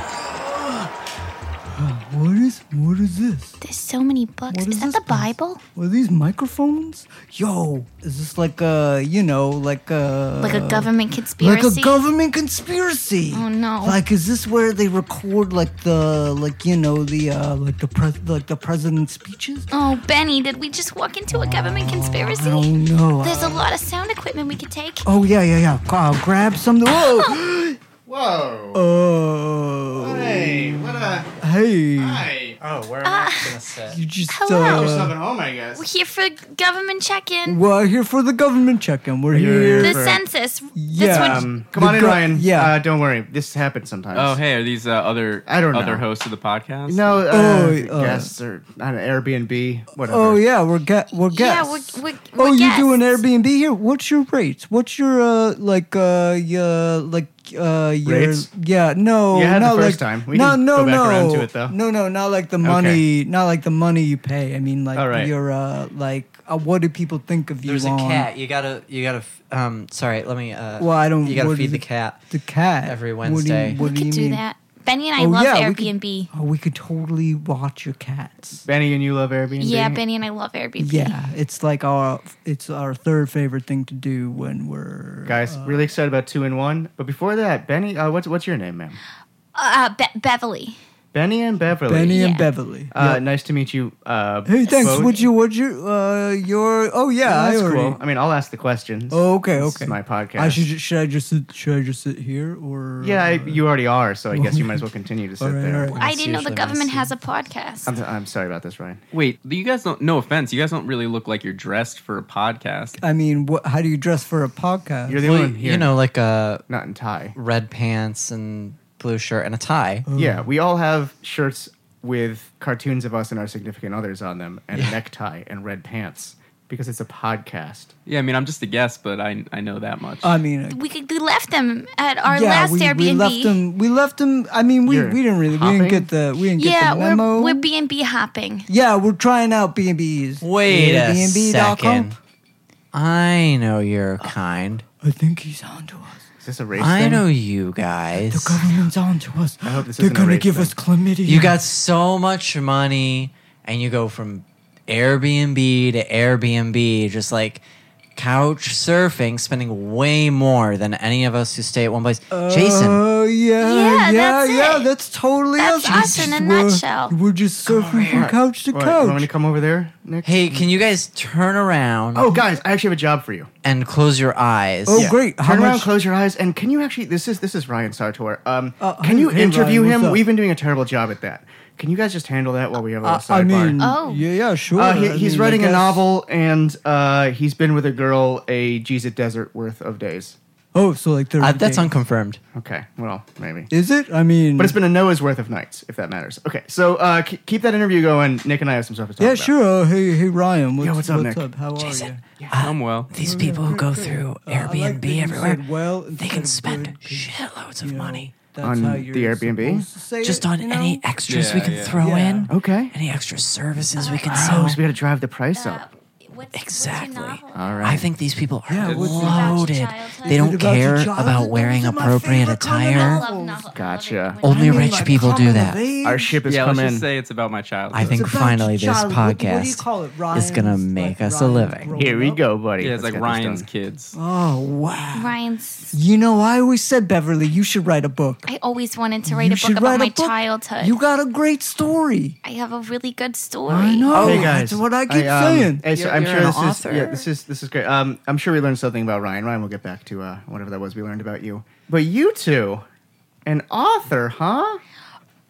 Speaker 4: What is? What is this?
Speaker 9: There's so many books.
Speaker 4: What
Speaker 9: Is,
Speaker 4: is
Speaker 9: that
Speaker 4: this
Speaker 9: the Bible?
Speaker 4: Were these microphones? Yo, is this like a you know like a
Speaker 9: Like
Speaker 8: Uh,
Speaker 9: a government
Speaker 4: like
Speaker 9: conspiracy?
Speaker 4: a government conspiracy?
Speaker 9: Oh, no.
Speaker 4: Like is this where they record like the like you know the uh like the pres like the president's speeches?
Speaker 9: oh, Benny, did we just walk into a government conspiracy?
Speaker 4: I don't know.
Speaker 9: There's a lot of sound equipment we could take.
Speaker 4: Oh yeah yeah yeah. Uh, grab something. Whoa.
Speaker 1: Whoa.
Speaker 4: oh.
Speaker 1: Hey, what a.
Speaker 4: Hey.
Speaker 1: Hi. oh
Speaker 3: Oh, where am I gonna sit?
Speaker 4: You just
Speaker 9: Hello.
Speaker 4: uh.
Speaker 1: home, I
Speaker 9: We're
Speaker 1: guess.
Speaker 9: here for government check-in.
Speaker 4: We're here for the government check-in. We're here.
Speaker 9: The
Speaker 1: for-
Speaker 9: census. This
Speaker 4: Yeah.
Speaker 9: one.
Speaker 1: Um, come on
Speaker 4: The
Speaker 1: in,
Speaker 4: go-
Speaker 1: Ryan.
Speaker 4: yeah.
Speaker 1: Uh, don't worry. This happens sometimes.
Speaker 2: Oh, hey, are these uh, other
Speaker 1: I don't
Speaker 2: other
Speaker 1: know.
Speaker 2: hosts of the podcast?
Speaker 1: No, uh,
Speaker 4: Oh, uh,
Speaker 1: guests or on Airbnb, whatever.
Speaker 4: Oh yeah, we're get we're
Speaker 9: Yeah,
Speaker 4: guests.
Speaker 9: we're- we're-
Speaker 4: oh,
Speaker 9: we're
Speaker 4: you do an
Speaker 9: guests.
Speaker 4: Airbnb here? What's your rates? What's your uh like uh yeah like uh your
Speaker 1: Rates?
Speaker 4: yeah no
Speaker 1: You had the
Speaker 4: not
Speaker 1: first
Speaker 4: like,
Speaker 1: time. We
Speaker 4: no
Speaker 1: can
Speaker 4: no
Speaker 1: go back
Speaker 4: no
Speaker 1: around to it, though.
Speaker 4: no no not like the money not like the money you pay. I mean like
Speaker 1: All right.
Speaker 4: your uh like uh, what do people think of
Speaker 3: There's
Speaker 4: you?
Speaker 3: a
Speaker 4: on-
Speaker 3: cat. You gotta. You gotta. f- Um, sorry. Let me. Uh,
Speaker 4: Well, I don't.
Speaker 3: You gotta
Speaker 4: what
Speaker 3: feed
Speaker 4: is
Speaker 3: the
Speaker 4: it?
Speaker 3: cat.
Speaker 4: The cat
Speaker 3: every
Speaker 4: What do you-
Speaker 3: Wednesday.
Speaker 4: What
Speaker 9: we
Speaker 4: do you
Speaker 9: could do
Speaker 4: mean?
Speaker 9: that. Benny and I
Speaker 4: Oh,
Speaker 9: love
Speaker 4: yeah, we could-
Speaker 9: Airbnb.
Speaker 4: Oh, we could totally watch your cats.
Speaker 1: Benny and you love Airbnb?
Speaker 9: Yeah, Benny and I love Airbnb.
Speaker 4: Yeah, it's like our it's our third favorite thing to do when we're
Speaker 1: Guys, really excited about two in one. But before that, Benny, uh, what's what's your name, ma'am?
Speaker 9: Uh, Be- Beverly.
Speaker 1: Benny and Beverly.
Speaker 4: Benny and
Speaker 9: Yeah.
Speaker 4: Beverly.
Speaker 1: Uh, Nice to meet you. Uh,
Speaker 4: Hey, thanks.
Speaker 1: both.
Speaker 4: What'd you, what'd you, uh, your, oh yeah,
Speaker 1: That's
Speaker 4: I already.
Speaker 1: cool. I mean, I'll ask the questions.
Speaker 4: Oh, okay, okay.
Speaker 1: This is my podcast.
Speaker 4: I should, ju- should I just, sit, should I just sit here or?
Speaker 1: yeah, I,
Speaker 4: uh,
Speaker 1: you already are, so I guess you might as well continue to sit
Speaker 4: All right,
Speaker 1: there.
Speaker 4: all right.
Speaker 9: I
Speaker 3: That's
Speaker 9: didn't know the
Speaker 3: usually my
Speaker 9: government
Speaker 3: scene.
Speaker 9: has a podcast.
Speaker 1: I'm, I'm sorry about this, Ryan.
Speaker 2: Wait, you guys don't. No offense, you guys don't really look like you're dressed for a podcast.
Speaker 4: I mean, what, how do you dress for a podcast?
Speaker 1: You're the
Speaker 3: Well,
Speaker 1: only one here,
Speaker 3: you know, like a
Speaker 1: not in tie.
Speaker 3: red pants and blue shirt and a tie.
Speaker 4: Uh,
Speaker 1: Yeah, we all have shirts with cartoons of us and our significant others on them, and a necktie and red pants because it's a podcast.
Speaker 2: Yeah, I mean, I'm just a guest, but I I know that much.
Speaker 1: Uh,
Speaker 4: I mean,
Speaker 9: we could we left them at our
Speaker 4: yeah,
Speaker 9: last
Speaker 4: we,
Speaker 9: Airbnb.
Speaker 4: we left them, we left them, I mean, we,
Speaker 1: You're
Speaker 4: we didn't really, we
Speaker 1: hopping?
Speaker 4: didn't get the, we didn't get
Speaker 9: yeah,
Speaker 4: the memo.
Speaker 9: we're we're B and B hopping.
Speaker 4: yeah, we're trying out B&Bs.
Speaker 3: Wait a
Speaker 4: Airbnb.com.
Speaker 3: second. I know your
Speaker 4: Uh,
Speaker 3: kind.
Speaker 4: I think he's on to us.
Speaker 1: Is this a race
Speaker 3: I
Speaker 1: thing?
Speaker 3: know you guys.
Speaker 4: The government's on to us. I
Speaker 1: hope this
Speaker 4: They're
Speaker 1: isn't a
Speaker 4: gonna
Speaker 1: race
Speaker 4: give
Speaker 1: thing.
Speaker 4: us chlamydia.
Speaker 3: You got so much money and you go from Airbnb to Airbnb, just like couch surfing, spending way more than any of us who stay at one place. Jason,
Speaker 4: Oh yeah, yeah,
Speaker 9: Yeah,
Speaker 4: yeah,
Speaker 9: that's
Speaker 4: that's,
Speaker 9: it.
Speaker 4: totally
Speaker 9: That's
Speaker 4: us.
Speaker 9: us in a
Speaker 4: we're,
Speaker 9: nutshell.
Speaker 4: We're just surfing from couch to
Speaker 1: What, You want me
Speaker 4: couch.
Speaker 1: to come over there, Nick?
Speaker 3: hey, can you guys turn around
Speaker 1: Oh, guys, I actually have a job for you.
Speaker 3: and close your eyes?
Speaker 4: Oh, great! How
Speaker 1: Turn around,
Speaker 4: much?
Speaker 1: close your eyes, and can you actually? This is this is Ryan Sartor. Um,
Speaker 4: Uh,
Speaker 1: can you
Speaker 4: hey, hey,
Speaker 1: interview
Speaker 4: Ryan, what's
Speaker 1: him?
Speaker 4: up?
Speaker 1: We've been doing a terrible job at that. Can you guys just handle that while we have a
Speaker 4: I,
Speaker 1: little
Speaker 4: I
Speaker 1: sidebar?
Speaker 4: mean,
Speaker 9: Oh.
Speaker 4: yeah, yeah, sure.
Speaker 1: Uh, he,
Speaker 4: I
Speaker 1: he's
Speaker 4: mean, I
Speaker 1: writing a
Speaker 4: guess-
Speaker 1: novel, and uh, he's been with a girl a Jesus desert worth of days.
Speaker 4: Oh, so like thirty.
Speaker 3: Uh, that's
Speaker 4: days.
Speaker 3: unconfirmed.
Speaker 1: Okay, well, maybe.
Speaker 4: Is it? I mean,
Speaker 1: But it's been a Noah's worth of nights, if that matters. Okay, so uh, ke- keep that interview going. Nick and I have some stuff to talk
Speaker 4: yeah,
Speaker 1: about.
Speaker 4: sure. Uh, hey, hey, Ryan. What's,
Speaker 1: what's up, Nick?
Speaker 4: How are you?
Speaker 3: Jason,
Speaker 2: I'm well.
Speaker 3: these people who go through
Speaker 4: I like that you
Speaker 3: Airbnb everywhere,
Speaker 4: said well
Speaker 3: they
Speaker 4: instead
Speaker 3: can
Speaker 4: of
Speaker 3: spend
Speaker 4: good, 'cause,
Speaker 3: shitloads of
Speaker 4: you know,
Speaker 3: money
Speaker 4: That's
Speaker 1: On
Speaker 4: how
Speaker 1: the
Speaker 4: you're
Speaker 1: Airbnb?
Speaker 4: supposed to say
Speaker 3: just
Speaker 4: it,
Speaker 3: on
Speaker 4: you know?
Speaker 3: any extras we
Speaker 2: Yeah,
Speaker 3: can
Speaker 2: yeah.
Speaker 3: throw
Speaker 4: Yeah.
Speaker 3: in,
Speaker 1: Okay.
Speaker 3: any extra services we can
Speaker 1: Oh,
Speaker 3: sell.
Speaker 1: so we got to drive the price
Speaker 9: Uh,
Speaker 1: up.
Speaker 9: What's,
Speaker 3: Exactly.
Speaker 9: What's your novel?
Speaker 2: All
Speaker 3: I
Speaker 2: right.
Speaker 3: think these people are
Speaker 8: Yeah, what's-
Speaker 9: About
Speaker 3: loaded.
Speaker 9: your childhood.
Speaker 3: They don't
Speaker 8: Is it about your
Speaker 3: care
Speaker 8: childhood?
Speaker 3: about wearing
Speaker 8: Those are my
Speaker 3: appropriate
Speaker 8: favorite kind of
Speaker 9: I
Speaker 3: attire.
Speaker 9: love novels.
Speaker 1: Gotcha.
Speaker 4: Oh,
Speaker 3: Only
Speaker 8: I mean,
Speaker 3: rich
Speaker 8: like,
Speaker 3: people do
Speaker 8: coming
Speaker 3: that.
Speaker 8: of age.
Speaker 1: Our ship has
Speaker 2: Yeah,
Speaker 1: come
Speaker 2: let's
Speaker 1: in.
Speaker 2: just say it's about my childhood.
Speaker 3: I think
Speaker 8: It's about
Speaker 3: finally this
Speaker 8: childhood. What- what do you call it?
Speaker 3: podcast is
Speaker 8: Ryan's,
Speaker 3: gonna
Speaker 8: like,
Speaker 3: make us a
Speaker 8: Ryan's
Speaker 3: living.
Speaker 8: growing
Speaker 1: Here we
Speaker 8: up?
Speaker 1: go, buddy.
Speaker 2: yeah,
Speaker 1: Let's
Speaker 2: it's like
Speaker 1: get this
Speaker 2: Ryan's
Speaker 1: done.
Speaker 2: kids.
Speaker 4: Oh wow!
Speaker 9: Ryan's.
Speaker 4: You know, I always said Beverly, you should write a book.
Speaker 9: I always wanted to write
Speaker 4: you
Speaker 9: a book
Speaker 4: should
Speaker 9: about
Speaker 4: write
Speaker 9: my
Speaker 4: a book.
Speaker 9: childhood.
Speaker 4: You got a great story.
Speaker 9: I have a really good story.
Speaker 4: I know.
Speaker 1: Hey guys,
Speaker 4: Oh, that's what I keep
Speaker 1: um,
Speaker 4: saying.
Speaker 1: hey, so
Speaker 3: You're-
Speaker 1: I'm
Speaker 3: you're
Speaker 1: sure
Speaker 3: an
Speaker 1: this
Speaker 3: author.
Speaker 1: is yeah, this is this is great. Um, I'm sure we learned something about Ryan. Ryan, we'll get back to uh, whatever that was we learned about you. But you two, an author, huh?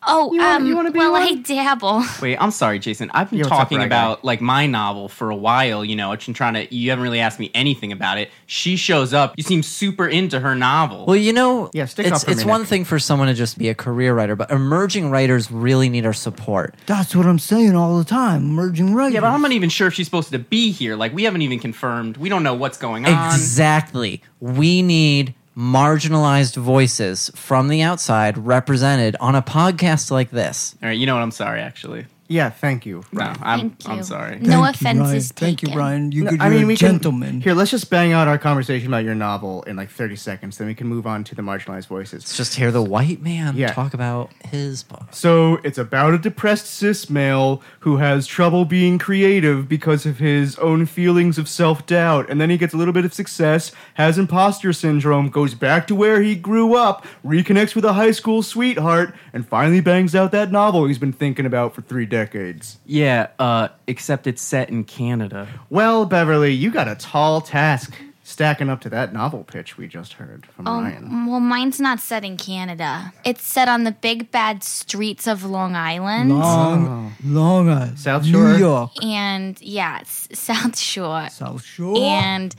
Speaker 9: Oh,
Speaker 1: You wanna-
Speaker 9: um,
Speaker 1: you wanna be
Speaker 9: well,
Speaker 1: one?
Speaker 9: I dabble.
Speaker 2: Wait, I'm sorry, Jason. I've been
Speaker 1: Yeah, what's up,
Speaker 2: talking
Speaker 1: Ryan?
Speaker 2: about like my novel for a while. You know, I've been trying to. You haven't really asked me anything about it. She shows up. You seem super into her novel.
Speaker 3: Well, you know,
Speaker 1: Yeah, stick
Speaker 3: it's,
Speaker 1: up for a
Speaker 3: it's
Speaker 1: minute.
Speaker 3: one thing for someone to just be a career writer, but emerging writers really need our support.
Speaker 4: That's what I'm saying all the time. Emerging writers.
Speaker 2: yeah, but I'm not even sure if she's supposed to be here. Like, we haven't even confirmed. We don't know what's going on.
Speaker 3: Exactly. We need marginalized voices from the outside represented on a podcast like this.
Speaker 2: All right, you know what? I'm sorry. Actually,
Speaker 1: Yeah, thank you.
Speaker 2: no, I'm
Speaker 9: Thank you.
Speaker 2: I'm sorry.
Speaker 9: No
Speaker 4: Thank you,
Speaker 9: offense
Speaker 4: Ryan.
Speaker 9: is taken.
Speaker 4: Thank you, Ryan. You
Speaker 1: No,
Speaker 4: could, you're a
Speaker 1: can-
Speaker 4: gentleman.
Speaker 1: here, let's just bang out our conversation about your novel in like 30 seconds, then we can move on to the marginalized voices.
Speaker 3: Let's just hear the white man
Speaker 1: Yeah.
Speaker 3: talk about his boss.
Speaker 1: So it's about a depressed cis male who has trouble being creative because of his own feelings of self doubt, and then he gets a little bit of success, has imposter syndrome, goes back to where he grew up, reconnects with a high school sweetheart, and finally bangs out that novel he's been thinking about for three decades.
Speaker 2: Yeah, uh, except it's set in Canada.
Speaker 1: Well, Beverly, you got a tall task stacking up to that novel pitch we just heard from
Speaker 9: Oh,
Speaker 1: Ryan.
Speaker 9: well, mine's not set in Canada. It's set on the big bad streets of Long Island.
Speaker 4: Long, Long Island,
Speaker 1: South
Speaker 4: New
Speaker 1: Shore?
Speaker 4: York,
Speaker 9: And yeah, it's South Shore.
Speaker 4: South Shore.
Speaker 9: And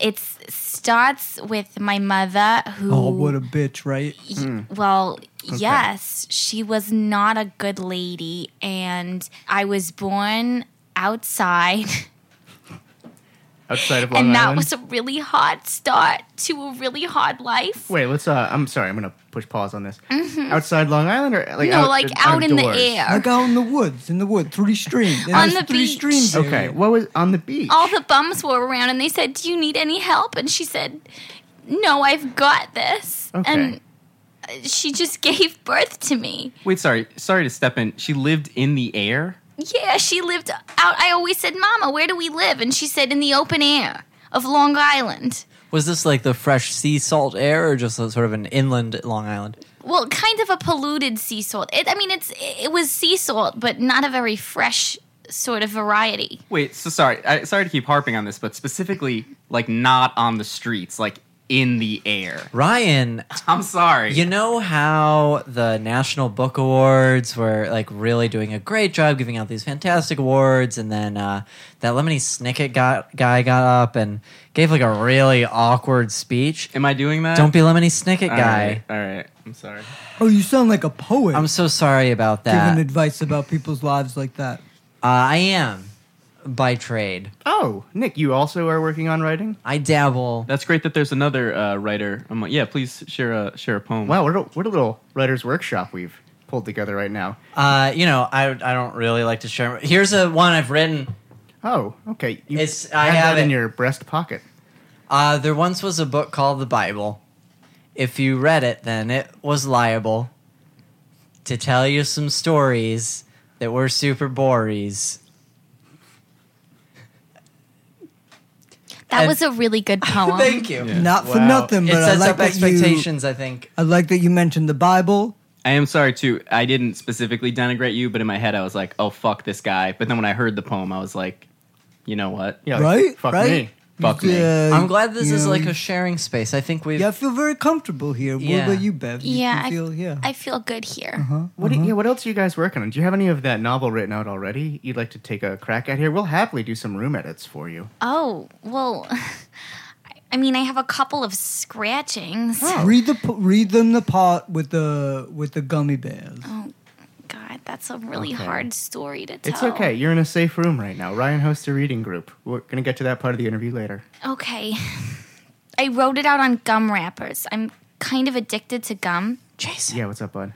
Speaker 9: it starts with my mother, who.
Speaker 4: oh, what a bitch, right?
Speaker 9: Y-
Speaker 1: Hmm.
Speaker 9: Well, yes, she was not a good lady, and I was born outside,
Speaker 1: Outside of Long
Speaker 9: and that
Speaker 1: Island.
Speaker 9: was a really hard start to a really hard life.
Speaker 1: Wait, let's. Uh, I'm sorry. I'm gonna push pause on this. Outside Long Island, or like
Speaker 9: Mm-hmm. no,
Speaker 1: out,
Speaker 9: like out in the
Speaker 1: outdoors?
Speaker 9: air.
Speaker 4: Like out in the woods, in the wood, three streams.
Speaker 9: On the
Speaker 4: three
Speaker 9: beach.
Speaker 4: Streams area.
Speaker 1: Okay, what was on the beach?
Speaker 9: All the bums were around, and they said, "Do you need any help?" And she said, "No, I've got this."
Speaker 1: Okay.
Speaker 9: And uh, she just gave birth to me.
Speaker 2: Wait, sorry, sorry to step in. She lived in the air.
Speaker 9: Yeah, she lived out. I always said, Mama, where do we live? And she said, in the open air of Long Island.
Speaker 3: Was this like the fresh sea salt air or just a- sort of an inland Long Island?
Speaker 9: Well, kind of a polluted sea salt. It, I mean, it's it was sea salt, but not a very fresh sort of variety.
Speaker 2: Wait, so sorry. I, sorry to keep harping on this, but specifically, like, not on the streets, like in the air.
Speaker 3: Ryan,
Speaker 2: I'm sorry.
Speaker 3: You know how the National Book Awards were like really doing a great job giving out these fantastic awards, and then uh, that Lemony Snicket got, guy got up and gave like a really awkward speech.
Speaker 2: Am I doing that?
Speaker 3: Don't be Lemony Snicket
Speaker 2: All
Speaker 3: guy.
Speaker 2: right, All right. I'm sorry.
Speaker 4: Oh, you sound like a poet.
Speaker 3: I'm so sorry about that.
Speaker 4: giving
Speaker 3: Uh,
Speaker 4: advice about people's lives like that.
Speaker 3: I am by trade.
Speaker 1: oh, Nick, you also are working on writing.
Speaker 3: I dabble.
Speaker 2: That's great that there's another uh, writer. I'm like, yeah, please share a share a poem.
Speaker 1: Wow, what a, what a little writers' workshop we've pulled together right now.
Speaker 3: Uh, you know, I I don't really like to share. Here's a one I've written.
Speaker 1: Oh, okay. You
Speaker 3: It's- I
Speaker 1: that
Speaker 3: have
Speaker 1: in
Speaker 3: it.
Speaker 1: your breast pocket.
Speaker 3: Uh, there once was a book called the Bible. If you read it, then it was liable to tell you some stories that were super bories.
Speaker 9: That
Speaker 3: And-
Speaker 9: was a really good poem.
Speaker 3: Thank you.
Speaker 2: Yeah.
Speaker 4: Not for
Speaker 1: Wow.
Speaker 4: nothing,
Speaker 3: It
Speaker 4: but I
Speaker 3: sets
Speaker 4: like
Speaker 3: up
Speaker 4: that
Speaker 3: expectations, I think.
Speaker 4: You, I like that you mentioned the Bible.
Speaker 2: I am sorry too. I didn't specifically denigrate you, but in my head, I was like, oh fuck this guy. But then when I heard the poem, I was like, you know what?
Speaker 1: Yeah, like,
Speaker 4: Right?
Speaker 1: Fuck
Speaker 4: right?
Speaker 1: me.
Speaker 2: Fuck me.
Speaker 4: Yeah,
Speaker 3: I'm glad this
Speaker 4: you
Speaker 3: is
Speaker 4: know,
Speaker 3: like a sharing space. I think we've.
Speaker 4: Yeah, I feel very comfortable here.
Speaker 3: Yeah.
Speaker 4: What about you, Bev? You
Speaker 9: Yeah,
Speaker 4: can
Speaker 9: I-
Speaker 4: feel, yeah.
Speaker 9: I feel good here.
Speaker 1: What
Speaker 3: Mm-hmm.
Speaker 1: do you, yeah, what else are you guys working on? Do you have any of that novel written out already? You'd like to take a crack at here? We'll happily do some room edits for you.
Speaker 9: Oh well, I- I mean, I have a couple of scratchings.
Speaker 4: Read the po- read them the part with the with the gummy bears.
Speaker 9: Oh. God, that's a really
Speaker 1: Okay.
Speaker 9: hard story to tell.
Speaker 1: It's okay. You're in a safe room right now. Ryan hosts a reading group. We're gonna get to that part of the interview later.
Speaker 9: Okay. I wrote it out on gum wrappers. I'm kind of addicted to gum.
Speaker 3: Jason,
Speaker 1: Yeah, what's up, bud?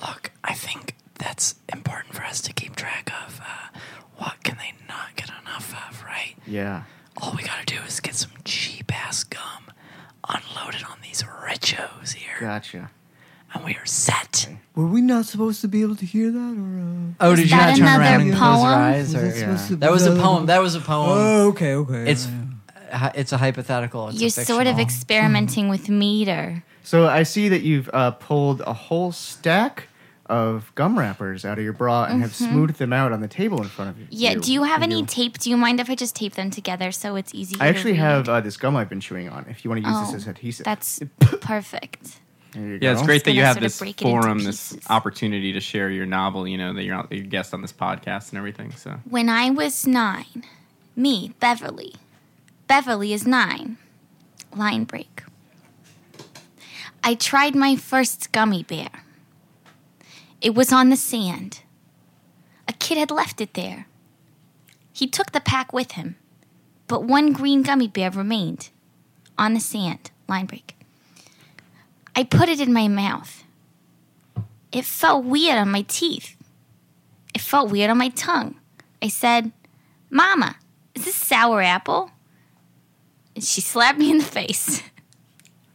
Speaker 3: look, I think that's important for us to keep track of. Uh, what can they not get enough of, right?
Speaker 1: Yeah.
Speaker 3: All we gotta do is get some cheap ass gum, unload it on these richos here,
Speaker 1: Gotcha.
Speaker 3: and we are set.
Speaker 4: Were we not supposed to be able to hear that? Or,
Speaker 3: Oh, did
Speaker 9: Is that another poem?
Speaker 4: uh, was that
Speaker 1: Yeah.
Speaker 4: supposed to
Speaker 3: That was a poem. That was a poem.
Speaker 4: Oh, okay, okay.
Speaker 3: It's uh, it's a hypothetical. It's a
Speaker 9: You're sort of
Speaker 3: fictional.
Speaker 9: experimenting with meter.
Speaker 1: So I see that you've uh, pulled a whole stack of gum wrappers out of your bra and have smoothed them out on the table in front of you.
Speaker 9: Mm-hmm. Yeah. Do you have any
Speaker 1: You.
Speaker 9: tape? Do you mind if I just tape them together so it's easy?
Speaker 1: I actually
Speaker 9: to read?
Speaker 1: have uh, this gum I've been chewing on. If you want to use
Speaker 9: Oh,
Speaker 1: this as adhesive,
Speaker 9: That's perfect.
Speaker 1: There you
Speaker 2: Yeah, it's
Speaker 1: go.
Speaker 2: great that
Speaker 9: gonna
Speaker 2: you have
Speaker 9: sort of
Speaker 2: this
Speaker 9: break it into
Speaker 2: forum, this
Speaker 9: pieces.
Speaker 2: opportunity to share your novel. You know that you're, out- you're guest on this podcast and everything. So
Speaker 9: When I was nine, me, Beverly. Beverly is nine. Line break. I tried my first gummy bear. It was on the sand. A kid had left it there. He took the pack with him, but one green gummy bear remained on the sand. Line break. I put it in my mouth. It felt weird on my teeth. It felt weird on my tongue. I said, Mama, is this sour apple? And she slapped me in the face.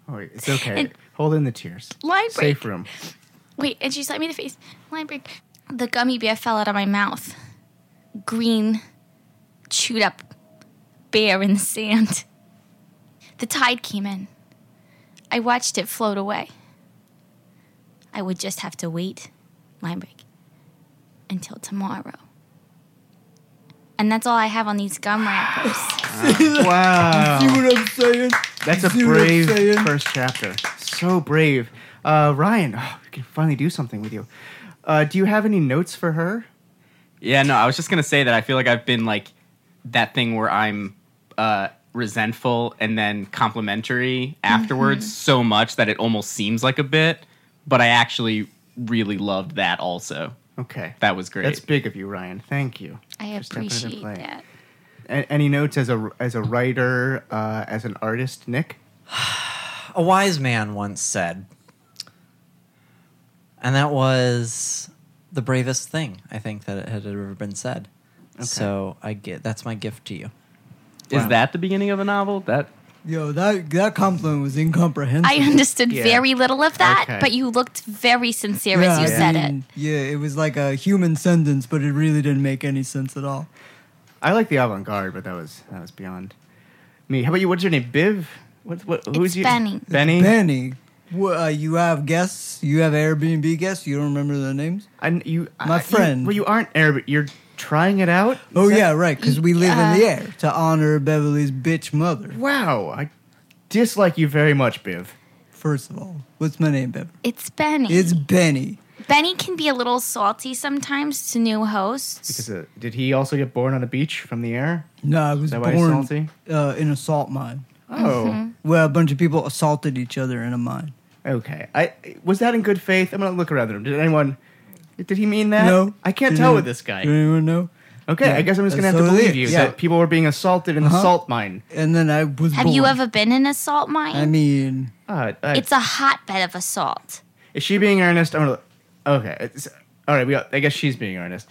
Speaker 1: Oh, wait, it's okay.
Speaker 9: And-
Speaker 1: Hold in the tears.
Speaker 9: Line break.
Speaker 1: Safe room.
Speaker 9: Wait, and she slapped me in the face. Line break. The gummy bear fell out of my mouth. Green, chewed up bear in the sand. The tide came in. I watched it float away. I would just have to wait, line break, until tomorrow. And that's all I have on these gum wrappers.
Speaker 1: Wow.
Speaker 4: what I'm saying?
Speaker 1: That's a
Speaker 4: See what I'm
Speaker 1: brave
Speaker 4: saying?
Speaker 1: first chapter. So brave. Uh, Ryan, oh, we can finally do something with you. Uh, do you have any notes for her?
Speaker 2: yeah, no, I was just gonna say that I feel like I've been like that thing where I'm uh, resentful and then complimentary afterwards so much that it almost seems like a bit, but I actually really loved that also.
Speaker 1: Okay.
Speaker 2: That was great.
Speaker 1: That's big of you, Ryan. Thank you.
Speaker 9: I
Speaker 1: Just step right and
Speaker 9: appreciate
Speaker 1: play.
Speaker 9: that.
Speaker 1: A- any notes as a as a writer, uh, as an artist, Nick?
Speaker 3: a wise man once said, and that was the bravest thing I think that had ever been said. So I get that's my gift to you.
Speaker 2: Is that the beginning of a novel? That
Speaker 4: Yo, that that compliment was incomprehensible.
Speaker 9: I understood
Speaker 1: Yeah.
Speaker 9: very little of that,
Speaker 1: Okay.
Speaker 9: but you looked very sincere as you said it.
Speaker 4: Yeah, Mm. it was like a human sentence, but it really didn't make any sense at all.
Speaker 1: I like the avant garde, but that was that was beyond me. How about you? What's your name? Biv? What, what, who's
Speaker 9: It's
Speaker 1: you?
Speaker 9: Benny.
Speaker 1: Benny.
Speaker 4: Benny, wh- uh, you have guests. You have Airbnb guests. You don't remember their names?
Speaker 1: I, you,
Speaker 4: My
Speaker 1: I- you-
Speaker 4: friend.
Speaker 1: well, you aren't Arabic. You're trying it out.
Speaker 4: Oh yeah, right. Because we live in the
Speaker 9: Yeah.
Speaker 4: air to honor Beverly's bitch mother.
Speaker 1: Wow. I dislike you very much, Biv.
Speaker 4: First of all, what's my name, Beverly?
Speaker 9: It's Benny.
Speaker 4: It's Benny.
Speaker 9: Benny can be a little salty sometimes to new hosts.
Speaker 1: Because, uh, did he also get born on a beach from the air?
Speaker 4: No, I was
Speaker 1: that why he's salty?
Speaker 4: born uh, in a salt mine
Speaker 1: Oh.
Speaker 9: Mm-hmm.
Speaker 4: where a bunch of people assaulted each other in a mine.
Speaker 1: Okay. I was that in good faith. I'm gonna look around the room. Did anyone? Did he mean that?
Speaker 4: No,
Speaker 1: I can't
Speaker 4: Did
Speaker 1: tell
Speaker 4: any-
Speaker 1: with this guy.
Speaker 4: Did anyone know?
Speaker 1: Okay,
Speaker 4: Yeah,
Speaker 1: I guess I'm just gonna have
Speaker 4: that's
Speaker 1: to
Speaker 4: totally
Speaker 1: believe
Speaker 4: it.
Speaker 1: you
Speaker 4: Yeah.
Speaker 1: that people were being assaulted in the
Speaker 4: Uh-huh.
Speaker 1: salt mine.
Speaker 4: And then I was.
Speaker 9: Have you
Speaker 4: born.
Speaker 9: ever been in a salt mine?
Speaker 4: I mean,
Speaker 1: Uh, uh,
Speaker 9: it's a hotbed of assault.
Speaker 1: is she being earnest? I'm gonna. Okay. It's, all right. We. Got, I guess she's being earnest.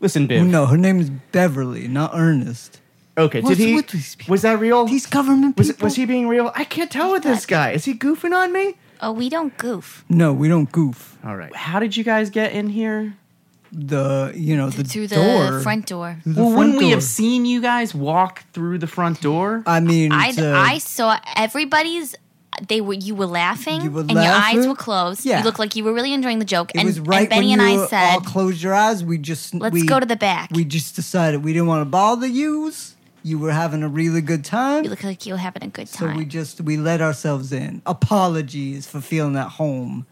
Speaker 1: Listen, Biv.
Speaker 4: no, her name is Beverly, not Ernest.
Speaker 1: Okay. Did
Speaker 4: What's
Speaker 1: he?
Speaker 4: with these people?
Speaker 1: Was that
Speaker 9: Oh,
Speaker 1: real?
Speaker 4: These government
Speaker 1: was
Speaker 4: people.
Speaker 1: it, was he being real? I can't tell with this guy. Is he goofing on me?
Speaker 9: Oh, we don't goof.
Speaker 4: No, we don't goof.
Speaker 1: All right.
Speaker 2: how did you guys get in here?
Speaker 4: The you know the
Speaker 9: Through the
Speaker 4: door.
Speaker 9: front door.
Speaker 4: through the
Speaker 2: well,
Speaker 4: front
Speaker 2: wouldn't we
Speaker 4: door.
Speaker 2: have seen you guys walk through the front door?
Speaker 4: I mean,
Speaker 9: I
Speaker 4: it's, uh,
Speaker 9: I saw everybody's. They were you were laughing
Speaker 4: You were
Speaker 9: and
Speaker 4: laughing?
Speaker 9: your eyes were closed.
Speaker 4: Yeah.
Speaker 9: You looked like you were really enjoying the joke.
Speaker 4: it
Speaker 9: and,
Speaker 4: was
Speaker 9: and
Speaker 4: right
Speaker 9: Benny
Speaker 4: when
Speaker 9: and
Speaker 4: you
Speaker 9: I said,
Speaker 4: all closed your eyes. We just
Speaker 9: "Let's
Speaker 4: we-
Speaker 9: go to the back."
Speaker 4: We just decided we didn't want to bother yous. You were having a really good time.
Speaker 9: you look like you're having a good
Speaker 4: So
Speaker 9: time.
Speaker 4: we just we let ourselves in. Apologies for feeling at home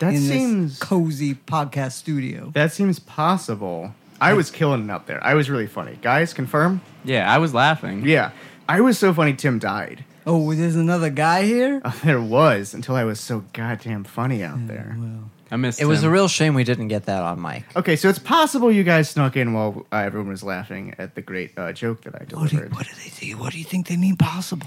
Speaker 1: That
Speaker 4: in
Speaker 1: seems
Speaker 4: this cozy podcast studio.
Speaker 1: That seems possible. I was killing it up there. I was really funny. Guys, confirm?
Speaker 2: Yeah, I was laughing.
Speaker 1: Yeah. I was so funny, Tim died.
Speaker 4: Oh, there's another guy here.
Speaker 1: There was until I was so goddamn funny out there.
Speaker 2: I missed.
Speaker 3: It was a
Speaker 2: him.
Speaker 3: real shame we didn't get that on mic.
Speaker 1: Okay, so it's possible you guys snuck in while uh, everyone was laughing at the great uh, joke that I
Speaker 4: What do,
Speaker 1: delivered.
Speaker 4: what do they do? What do you think they mean possible?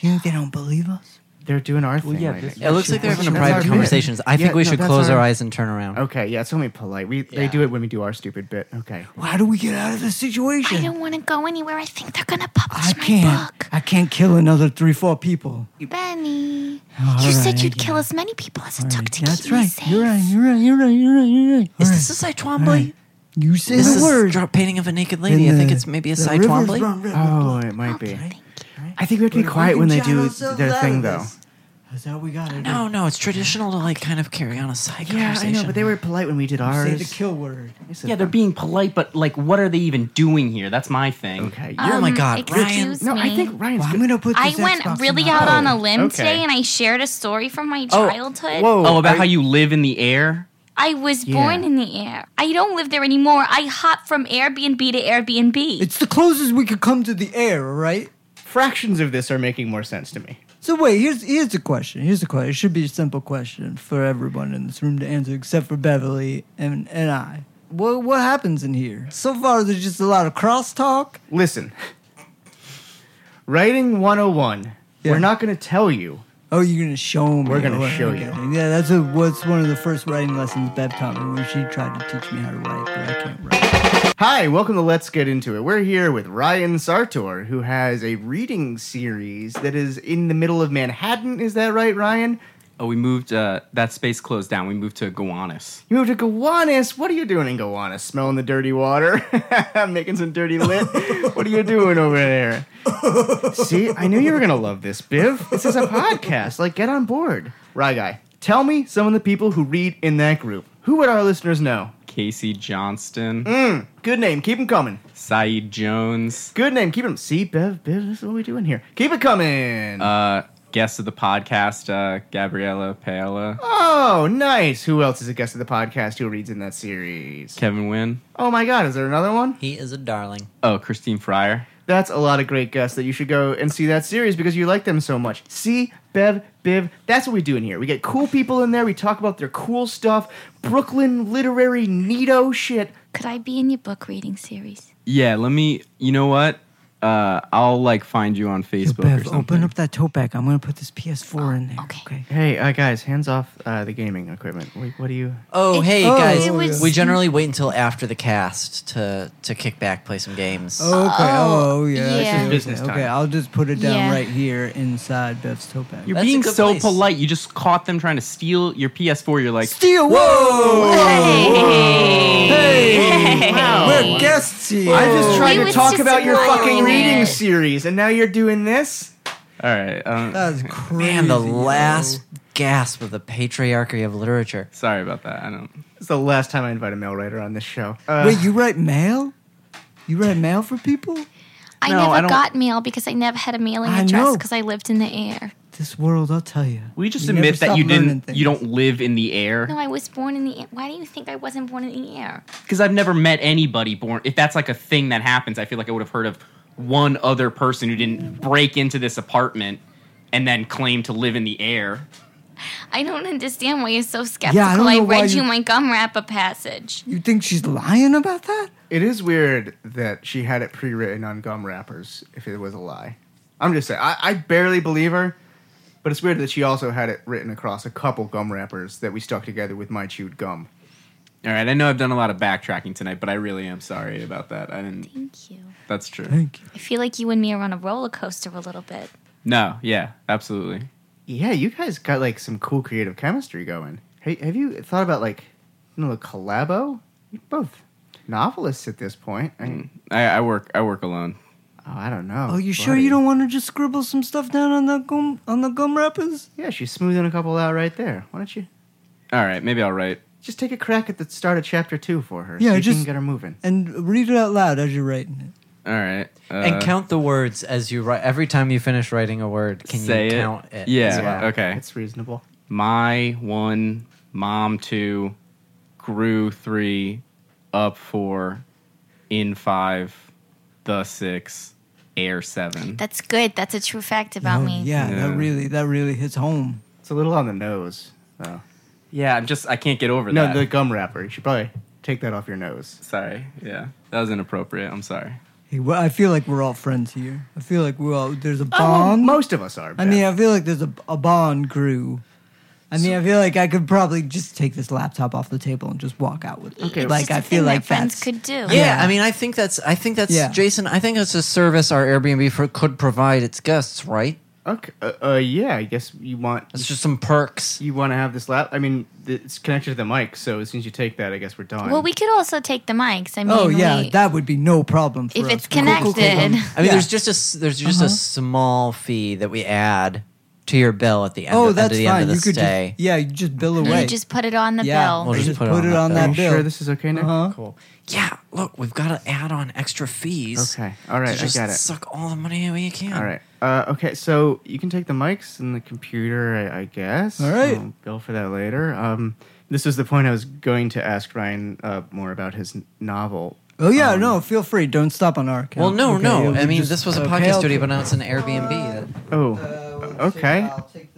Speaker 4: Do you think they don't believe us?
Speaker 1: They're doing our thing.
Speaker 2: yeah,
Speaker 1: right
Speaker 2: this-
Speaker 1: now.
Speaker 3: It looks like they're having a
Speaker 1: That's our
Speaker 3: private
Speaker 1: bit.
Speaker 3: conversation. I think
Speaker 1: Yeah,
Speaker 3: we
Speaker 1: no,
Speaker 3: should
Speaker 1: that's
Speaker 3: close our
Speaker 1: our-
Speaker 3: eyes and turn around.
Speaker 1: Okay, yeah, it's only polite. We they
Speaker 3: Yeah.
Speaker 1: do it when we do our stupid bit. Okay.
Speaker 4: How do we get out of this situation?
Speaker 9: I don't want to go anywhere. I think they're gonna publish
Speaker 4: I
Speaker 9: my
Speaker 4: can't.
Speaker 9: book.
Speaker 4: I can't kill another three, four people.
Speaker 9: Benny,
Speaker 4: All
Speaker 9: you said
Speaker 4: right,
Speaker 9: you'd
Speaker 4: yeah.
Speaker 9: kill as many people as it
Speaker 4: All
Speaker 9: took
Speaker 4: right,
Speaker 9: to
Speaker 4: That's
Speaker 9: keep me
Speaker 4: right.
Speaker 9: safe.
Speaker 4: You're right. You're right. You're right. You're right. You're right.
Speaker 3: Is
Speaker 4: All
Speaker 3: this a
Speaker 4: right.
Speaker 3: Cy Twombly?
Speaker 4: You said
Speaker 3: This
Speaker 4: the
Speaker 3: is
Speaker 4: word.
Speaker 3: a painting of a naked lady. I
Speaker 4: Then
Speaker 3: think
Speaker 4: the-
Speaker 3: it's maybe a
Speaker 4: the
Speaker 3: Cy
Speaker 4: river's
Speaker 3: Twombly.
Speaker 4: run, run, run.
Speaker 1: Oh, it might
Speaker 9: Okay,
Speaker 1: be.
Speaker 9: thank you.
Speaker 1: I think we have to be quiet when they do their thing, though.
Speaker 4: That's how we got it.
Speaker 3: No, no, it's traditional to like kind of carry on a Cy
Speaker 1: Yeah, I
Speaker 3: conversation.
Speaker 1: know, but they were polite when we did
Speaker 4: Say
Speaker 1: ours.
Speaker 4: the kill word.
Speaker 2: Yeah, they're being polite, but like, what are they even doing here? That's my thing.
Speaker 1: okay.
Speaker 3: Oh my
Speaker 9: Um,
Speaker 3: God, Ryan.
Speaker 9: excuse
Speaker 1: No, I
Speaker 9: me.
Speaker 1: think Ryan's
Speaker 4: Well, I'm
Speaker 1: good.
Speaker 4: gonna put.
Speaker 9: I
Speaker 4: this Xbox
Speaker 9: went
Speaker 4: in
Speaker 9: really
Speaker 4: my-
Speaker 9: out on a limb
Speaker 1: okay.
Speaker 9: today, and I shared a story from my
Speaker 3: Oh,
Speaker 9: childhood.
Speaker 1: Whoa.
Speaker 2: Oh, about
Speaker 1: are-
Speaker 2: how you live in the air?
Speaker 9: I was
Speaker 1: Yeah.
Speaker 9: born in the air. I don't live there anymore. I hop from Airbnb to Airbnb.
Speaker 4: It's the closest we could come to the air, right?
Speaker 1: fractions of this are making more sense to me.
Speaker 4: So wait, here's here's the question. Here's the question. It should be a simple question for everyone in this room to answer, except for Beverly and and I. What what happens in here? So far, there's just a lot of crosstalk.
Speaker 1: Listen, writing 101.
Speaker 4: Yeah.
Speaker 1: We're not going to tell you.
Speaker 4: Oh, you're gonna show me.
Speaker 1: We're gonna
Speaker 4: what-
Speaker 1: show
Speaker 4: okay.
Speaker 1: you.
Speaker 4: Yeah, that's a, what's one of the first writing lessons Bev taught me when she tried to teach me how to write, but I can't write.
Speaker 1: Hi, welcome to Let's Get Into It. We're here with Ryan Sartor, who has a reading series that is in the middle of Manhattan. Is that right, Ryan?
Speaker 2: Oh, we moved. Uh, that space closed down. We moved to Gowanus.
Speaker 1: You moved to Gowanus. What are you doing in Gowanus? Smelling the dirty water? Making some dirty lit? what are you doing over there? See, I knew you were going to love this, Biv. This is a podcast. Like, get on board. Rye Guy, tell me some of the people who read in that group. Who would our listeners know?
Speaker 2: Casey Johnston,
Speaker 1: Good name. Keep them coming.
Speaker 2: Saeed Jones,
Speaker 1: Good name. Keep them. See, Bev, Bev, this is what we do in here. Keep it coming.
Speaker 2: uh, guest of the podcast, uh, Gabriella Paola,
Speaker 1: oh, nice. Who else is a guest of the podcast who reads in that series?
Speaker 2: Kevin Wynn,
Speaker 1: Oh my God, is there another one?
Speaker 3: he is a darling.
Speaker 2: oh, Christine Fryer.
Speaker 1: That's a lot of great guests that you should go and see that series because you like them so much. See, Bev, Biv, that's what we do in here. We get cool people in there. We talk about their cool stuff. Brooklyn literary neato shit.
Speaker 9: Could I be in your book reading series?
Speaker 2: Yeah, let me. You know what? Uh, I'll like find you on Facebook or
Speaker 4: Bev,
Speaker 2: something.
Speaker 4: open up that tote bag. I'm gonna put this PS4 in there.
Speaker 9: Oh, okay.
Speaker 1: Hey, uh, guys, hands off uh, the gaming equipment. Wait, what do you?
Speaker 3: Oh,
Speaker 9: It-
Speaker 3: hey
Speaker 9: Oh,
Speaker 3: guys,
Speaker 9: it was-
Speaker 3: we generally wait until after the cast to to kick back, play some games.
Speaker 4: Oh, okay. Oh, yeah. I see.
Speaker 9: yeah.
Speaker 4: Okay,
Speaker 1: Business time.
Speaker 4: Okay, I'll just put it down
Speaker 9: Yeah.
Speaker 4: right here inside Bev's tote bag.
Speaker 2: You're
Speaker 3: That's a
Speaker 2: being
Speaker 3: good
Speaker 2: so
Speaker 3: place.
Speaker 2: polite. You just caught them trying to steal your PS4. You're like,
Speaker 4: Steal! Whoa!
Speaker 9: Hey.
Speaker 4: Hey!
Speaker 1: Wow.
Speaker 4: We're guests here.
Speaker 1: I just
Speaker 9: We
Speaker 1: tried to
Speaker 9: was
Speaker 1: talk
Speaker 9: just
Speaker 1: about your fucking
Speaker 9: admiring
Speaker 1: reading
Speaker 9: it.
Speaker 1: series, and now you're doing this.
Speaker 2: all right. Um,
Speaker 4: That's crazy.
Speaker 3: Man, the
Speaker 4: yo.
Speaker 3: last gasp of the patriarchy of literature.
Speaker 2: sorry about that. I don't.
Speaker 1: It's the last time I invite a mail writer on this show. Uh,
Speaker 4: Wait, you write mail? You write mail for people?
Speaker 9: I
Speaker 2: No,
Speaker 9: never
Speaker 2: I don't-
Speaker 9: got mail because I never had a mailing
Speaker 4: I
Speaker 9: address
Speaker 4: know.
Speaker 9: because I lived in the air.
Speaker 4: This world, I'll tell you.
Speaker 2: We just
Speaker 4: You never
Speaker 2: admit that
Speaker 4: stop
Speaker 2: you
Speaker 4: learning
Speaker 2: didn't.
Speaker 4: things.
Speaker 2: You don't live in the air.
Speaker 9: No, I was born in the air. Why do you think I wasn't born in the air?
Speaker 2: because I've never met anybody born. If that's like a thing that happens, I feel like I would have heard of one other person who didn't break into this apartment and then claim to live in the air.
Speaker 9: I don't understand why you're so skeptical.
Speaker 4: Yeah, I
Speaker 9: I,
Speaker 4: don't know why
Speaker 9: read
Speaker 4: you-
Speaker 9: you my gum wrapper passage.
Speaker 4: You think she's lying about that?
Speaker 1: it is weird that she had it pre-written on gum wrappers. If it was a lie, I'm just saying. I, I barely believe her, but it's weird that she also had it written across a couple gum wrappers that we stuck together with my chewed gum.
Speaker 2: All right, I know I've done a lot of backtracking tonight, but I really am sorry about that. I didn't.
Speaker 9: Thank you.
Speaker 2: That's true.
Speaker 4: Thank you.
Speaker 9: I feel like you and me are on a roller coaster a little bit.
Speaker 2: No, yeah, absolutely.
Speaker 1: Yeah, you guys got like some cool creative chemistry going. Hey, have you thought about like, you know, a collabo? You're both novelists at this point. I,
Speaker 2: I, I work. I work alone.
Speaker 1: oh, I don't know.
Speaker 4: Mm. Oh, you sure
Speaker 1: buddy.
Speaker 4: you don't want to just scribble some stuff down on the gum on the gum wrappers?
Speaker 1: Yeah, she's smoothing a couple out right there. Why don't you
Speaker 2: All right, maybe I'll write.
Speaker 1: just take a crack at the start of chapter two for her?
Speaker 4: Yeah,
Speaker 1: so you
Speaker 4: just-
Speaker 1: can get her moving.
Speaker 4: And read it out loud as you're writing it.
Speaker 2: All right. Uh,
Speaker 3: and count the words as you write. Every time you finish writing a word, can
Speaker 2: Say
Speaker 3: you
Speaker 2: it?
Speaker 3: count it?
Speaker 2: Yeah.
Speaker 3: as well?
Speaker 2: okay.
Speaker 1: It's reasonable.
Speaker 2: my one, mom two, grew three, up four, in five, the six, air seven.
Speaker 9: That's good. That's a true fact about
Speaker 4: Oh,
Speaker 9: me.
Speaker 4: Yeah,
Speaker 2: Yeah.
Speaker 4: that really that really hits home.
Speaker 1: It's a little on the nose. Though.
Speaker 2: Yeah, I'm just I can't get over
Speaker 1: No,
Speaker 2: that.
Speaker 1: the gum wrapper. You should probably take that off your nose.
Speaker 2: sorry. Yeah, that was inappropriate. I'm sorry.
Speaker 4: Hey, well, I feel like we're all friends here. I feel like we're all there's
Speaker 9: Oh,
Speaker 4: a
Speaker 1: Well,
Speaker 4: bond.
Speaker 1: most of us are.
Speaker 4: I mean, I feel like there's a, a bond grew. I mean, I feel like I could probably just take this laptop off the table and just walk out with it.
Speaker 1: Okay,
Speaker 4: like
Speaker 9: It's a
Speaker 4: I feel
Speaker 9: thing
Speaker 4: like
Speaker 9: that friends
Speaker 4: that's
Speaker 9: could do.
Speaker 3: Yeah, I mean, I think that's, I think that's,
Speaker 4: Yeah.
Speaker 3: Jason. I think that's a service our Airbnb for, could provide its guests, right?
Speaker 1: okay, uh, uh, yeah. I guess you want
Speaker 3: It's just some perks.
Speaker 1: you want to have this lap. I mean, th- it's connected to the mic, so as soon as you take that, I guess we're done.
Speaker 9: Well, we could also take the mics. I mean,
Speaker 4: oh yeah,
Speaker 9: we-
Speaker 4: that would be no problem. For
Speaker 9: if
Speaker 4: us.
Speaker 9: it's
Speaker 4: Cool, cool, cool, cool.
Speaker 9: connected.
Speaker 3: I mean,
Speaker 4: Yeah. Uh-huh.
Speaker 3: there's just a, s- there's just a small fee that we add to your bill at the end.
Speaker 4: Oh,
Speaker 3: of, at
Speaker 4: that's
Speaker 3: the
Speaker 4: fine.
Speaker 3: End of
Speaker 4: you
Speaker 3: the
Speaker 4: could
Speaker 3: stay.
Speaker 4: just yeah, you just bill
Speaker 9: You
Speaker 4: away.
Speaker 9: just put it on the
Speaker 4: yeah,
Speaker 9: bill.
Speaker 3: We'll
Speaker 4: you
Speaker 3: just put it on that
Speaker 1: Are
Speaker 3: bill.
Speaker 1: you
Speaker 4: that bill.
Speaker 1: sure this is okay, Nick?
Speaker 4: Uh-huh.
Speaker 3: cool. Yeah, look, we've got to add on extra fees.
Speaker 1: Okay, all right,
Speaker 3: to
Speaker 1: I
Speaker 3: just
Speaker 1: got it.
Speaker 3: Suck all the money we can.
Speaker 1: All right. Uh, okay, so you can take the mics and the computer, I, I guess.
Speaker 4: All right.
Speaker 1: I'll bill for that later. Um, this was the point I was going to ask Ryan uh, more about his n- novel.
Speaker 4: Oh yeah,
Speaker 1: Um,
Speaker 4: no, feel free. Don't stop on our account.
Speaker 3: Well, no,
Speaker 4: Okay, yeah,
Speaker 3: no.
Speaker 4: we
Speaker 3: I mean,
Speaker 4: just-
Speaker 3: this was a
Speaker 4: okay,
Speaker 3: podcast studio,
Speaker 4: okay.
Speaker 3: but now it's an Airbnb. That,
Speaker 1: Oh,
Speaker 4: Uh,
Speaker 1: okay,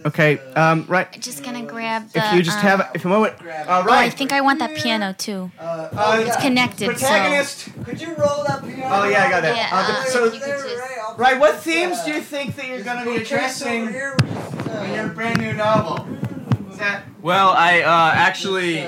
Speaker 1: okay. Um, right.
Speaker 9: just gonna grab the.
Speaker 1: If you just
Speaker 9: um,
Speaker 1: have, if a moment. Uh,
Speaker 9: Oh, I
Speaker 1: Ryan,
Speaker 9: think I want that piano too. it's connected.
Speaker 1: Uh, protagonist.
Speaker 4: Could you roll that piano?
Speaker 1: Oh yeah, I got that.
Speaker 9: Yeah,
Speaker 1: Uh,
Speaker 9: uh,
Speaker 1: the, so,
Speaker 9: you could just-
Speaker 1: right, what themes do you think that you're going to be addressing in your brand new novel? Is that
Speaker 2: Well, I uh, actually.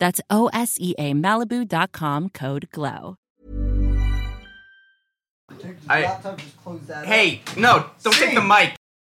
Speaker 10: That's O S E A Malibu.com code GLOW.
Speaker 2: I- Hey, no, don't take the mic.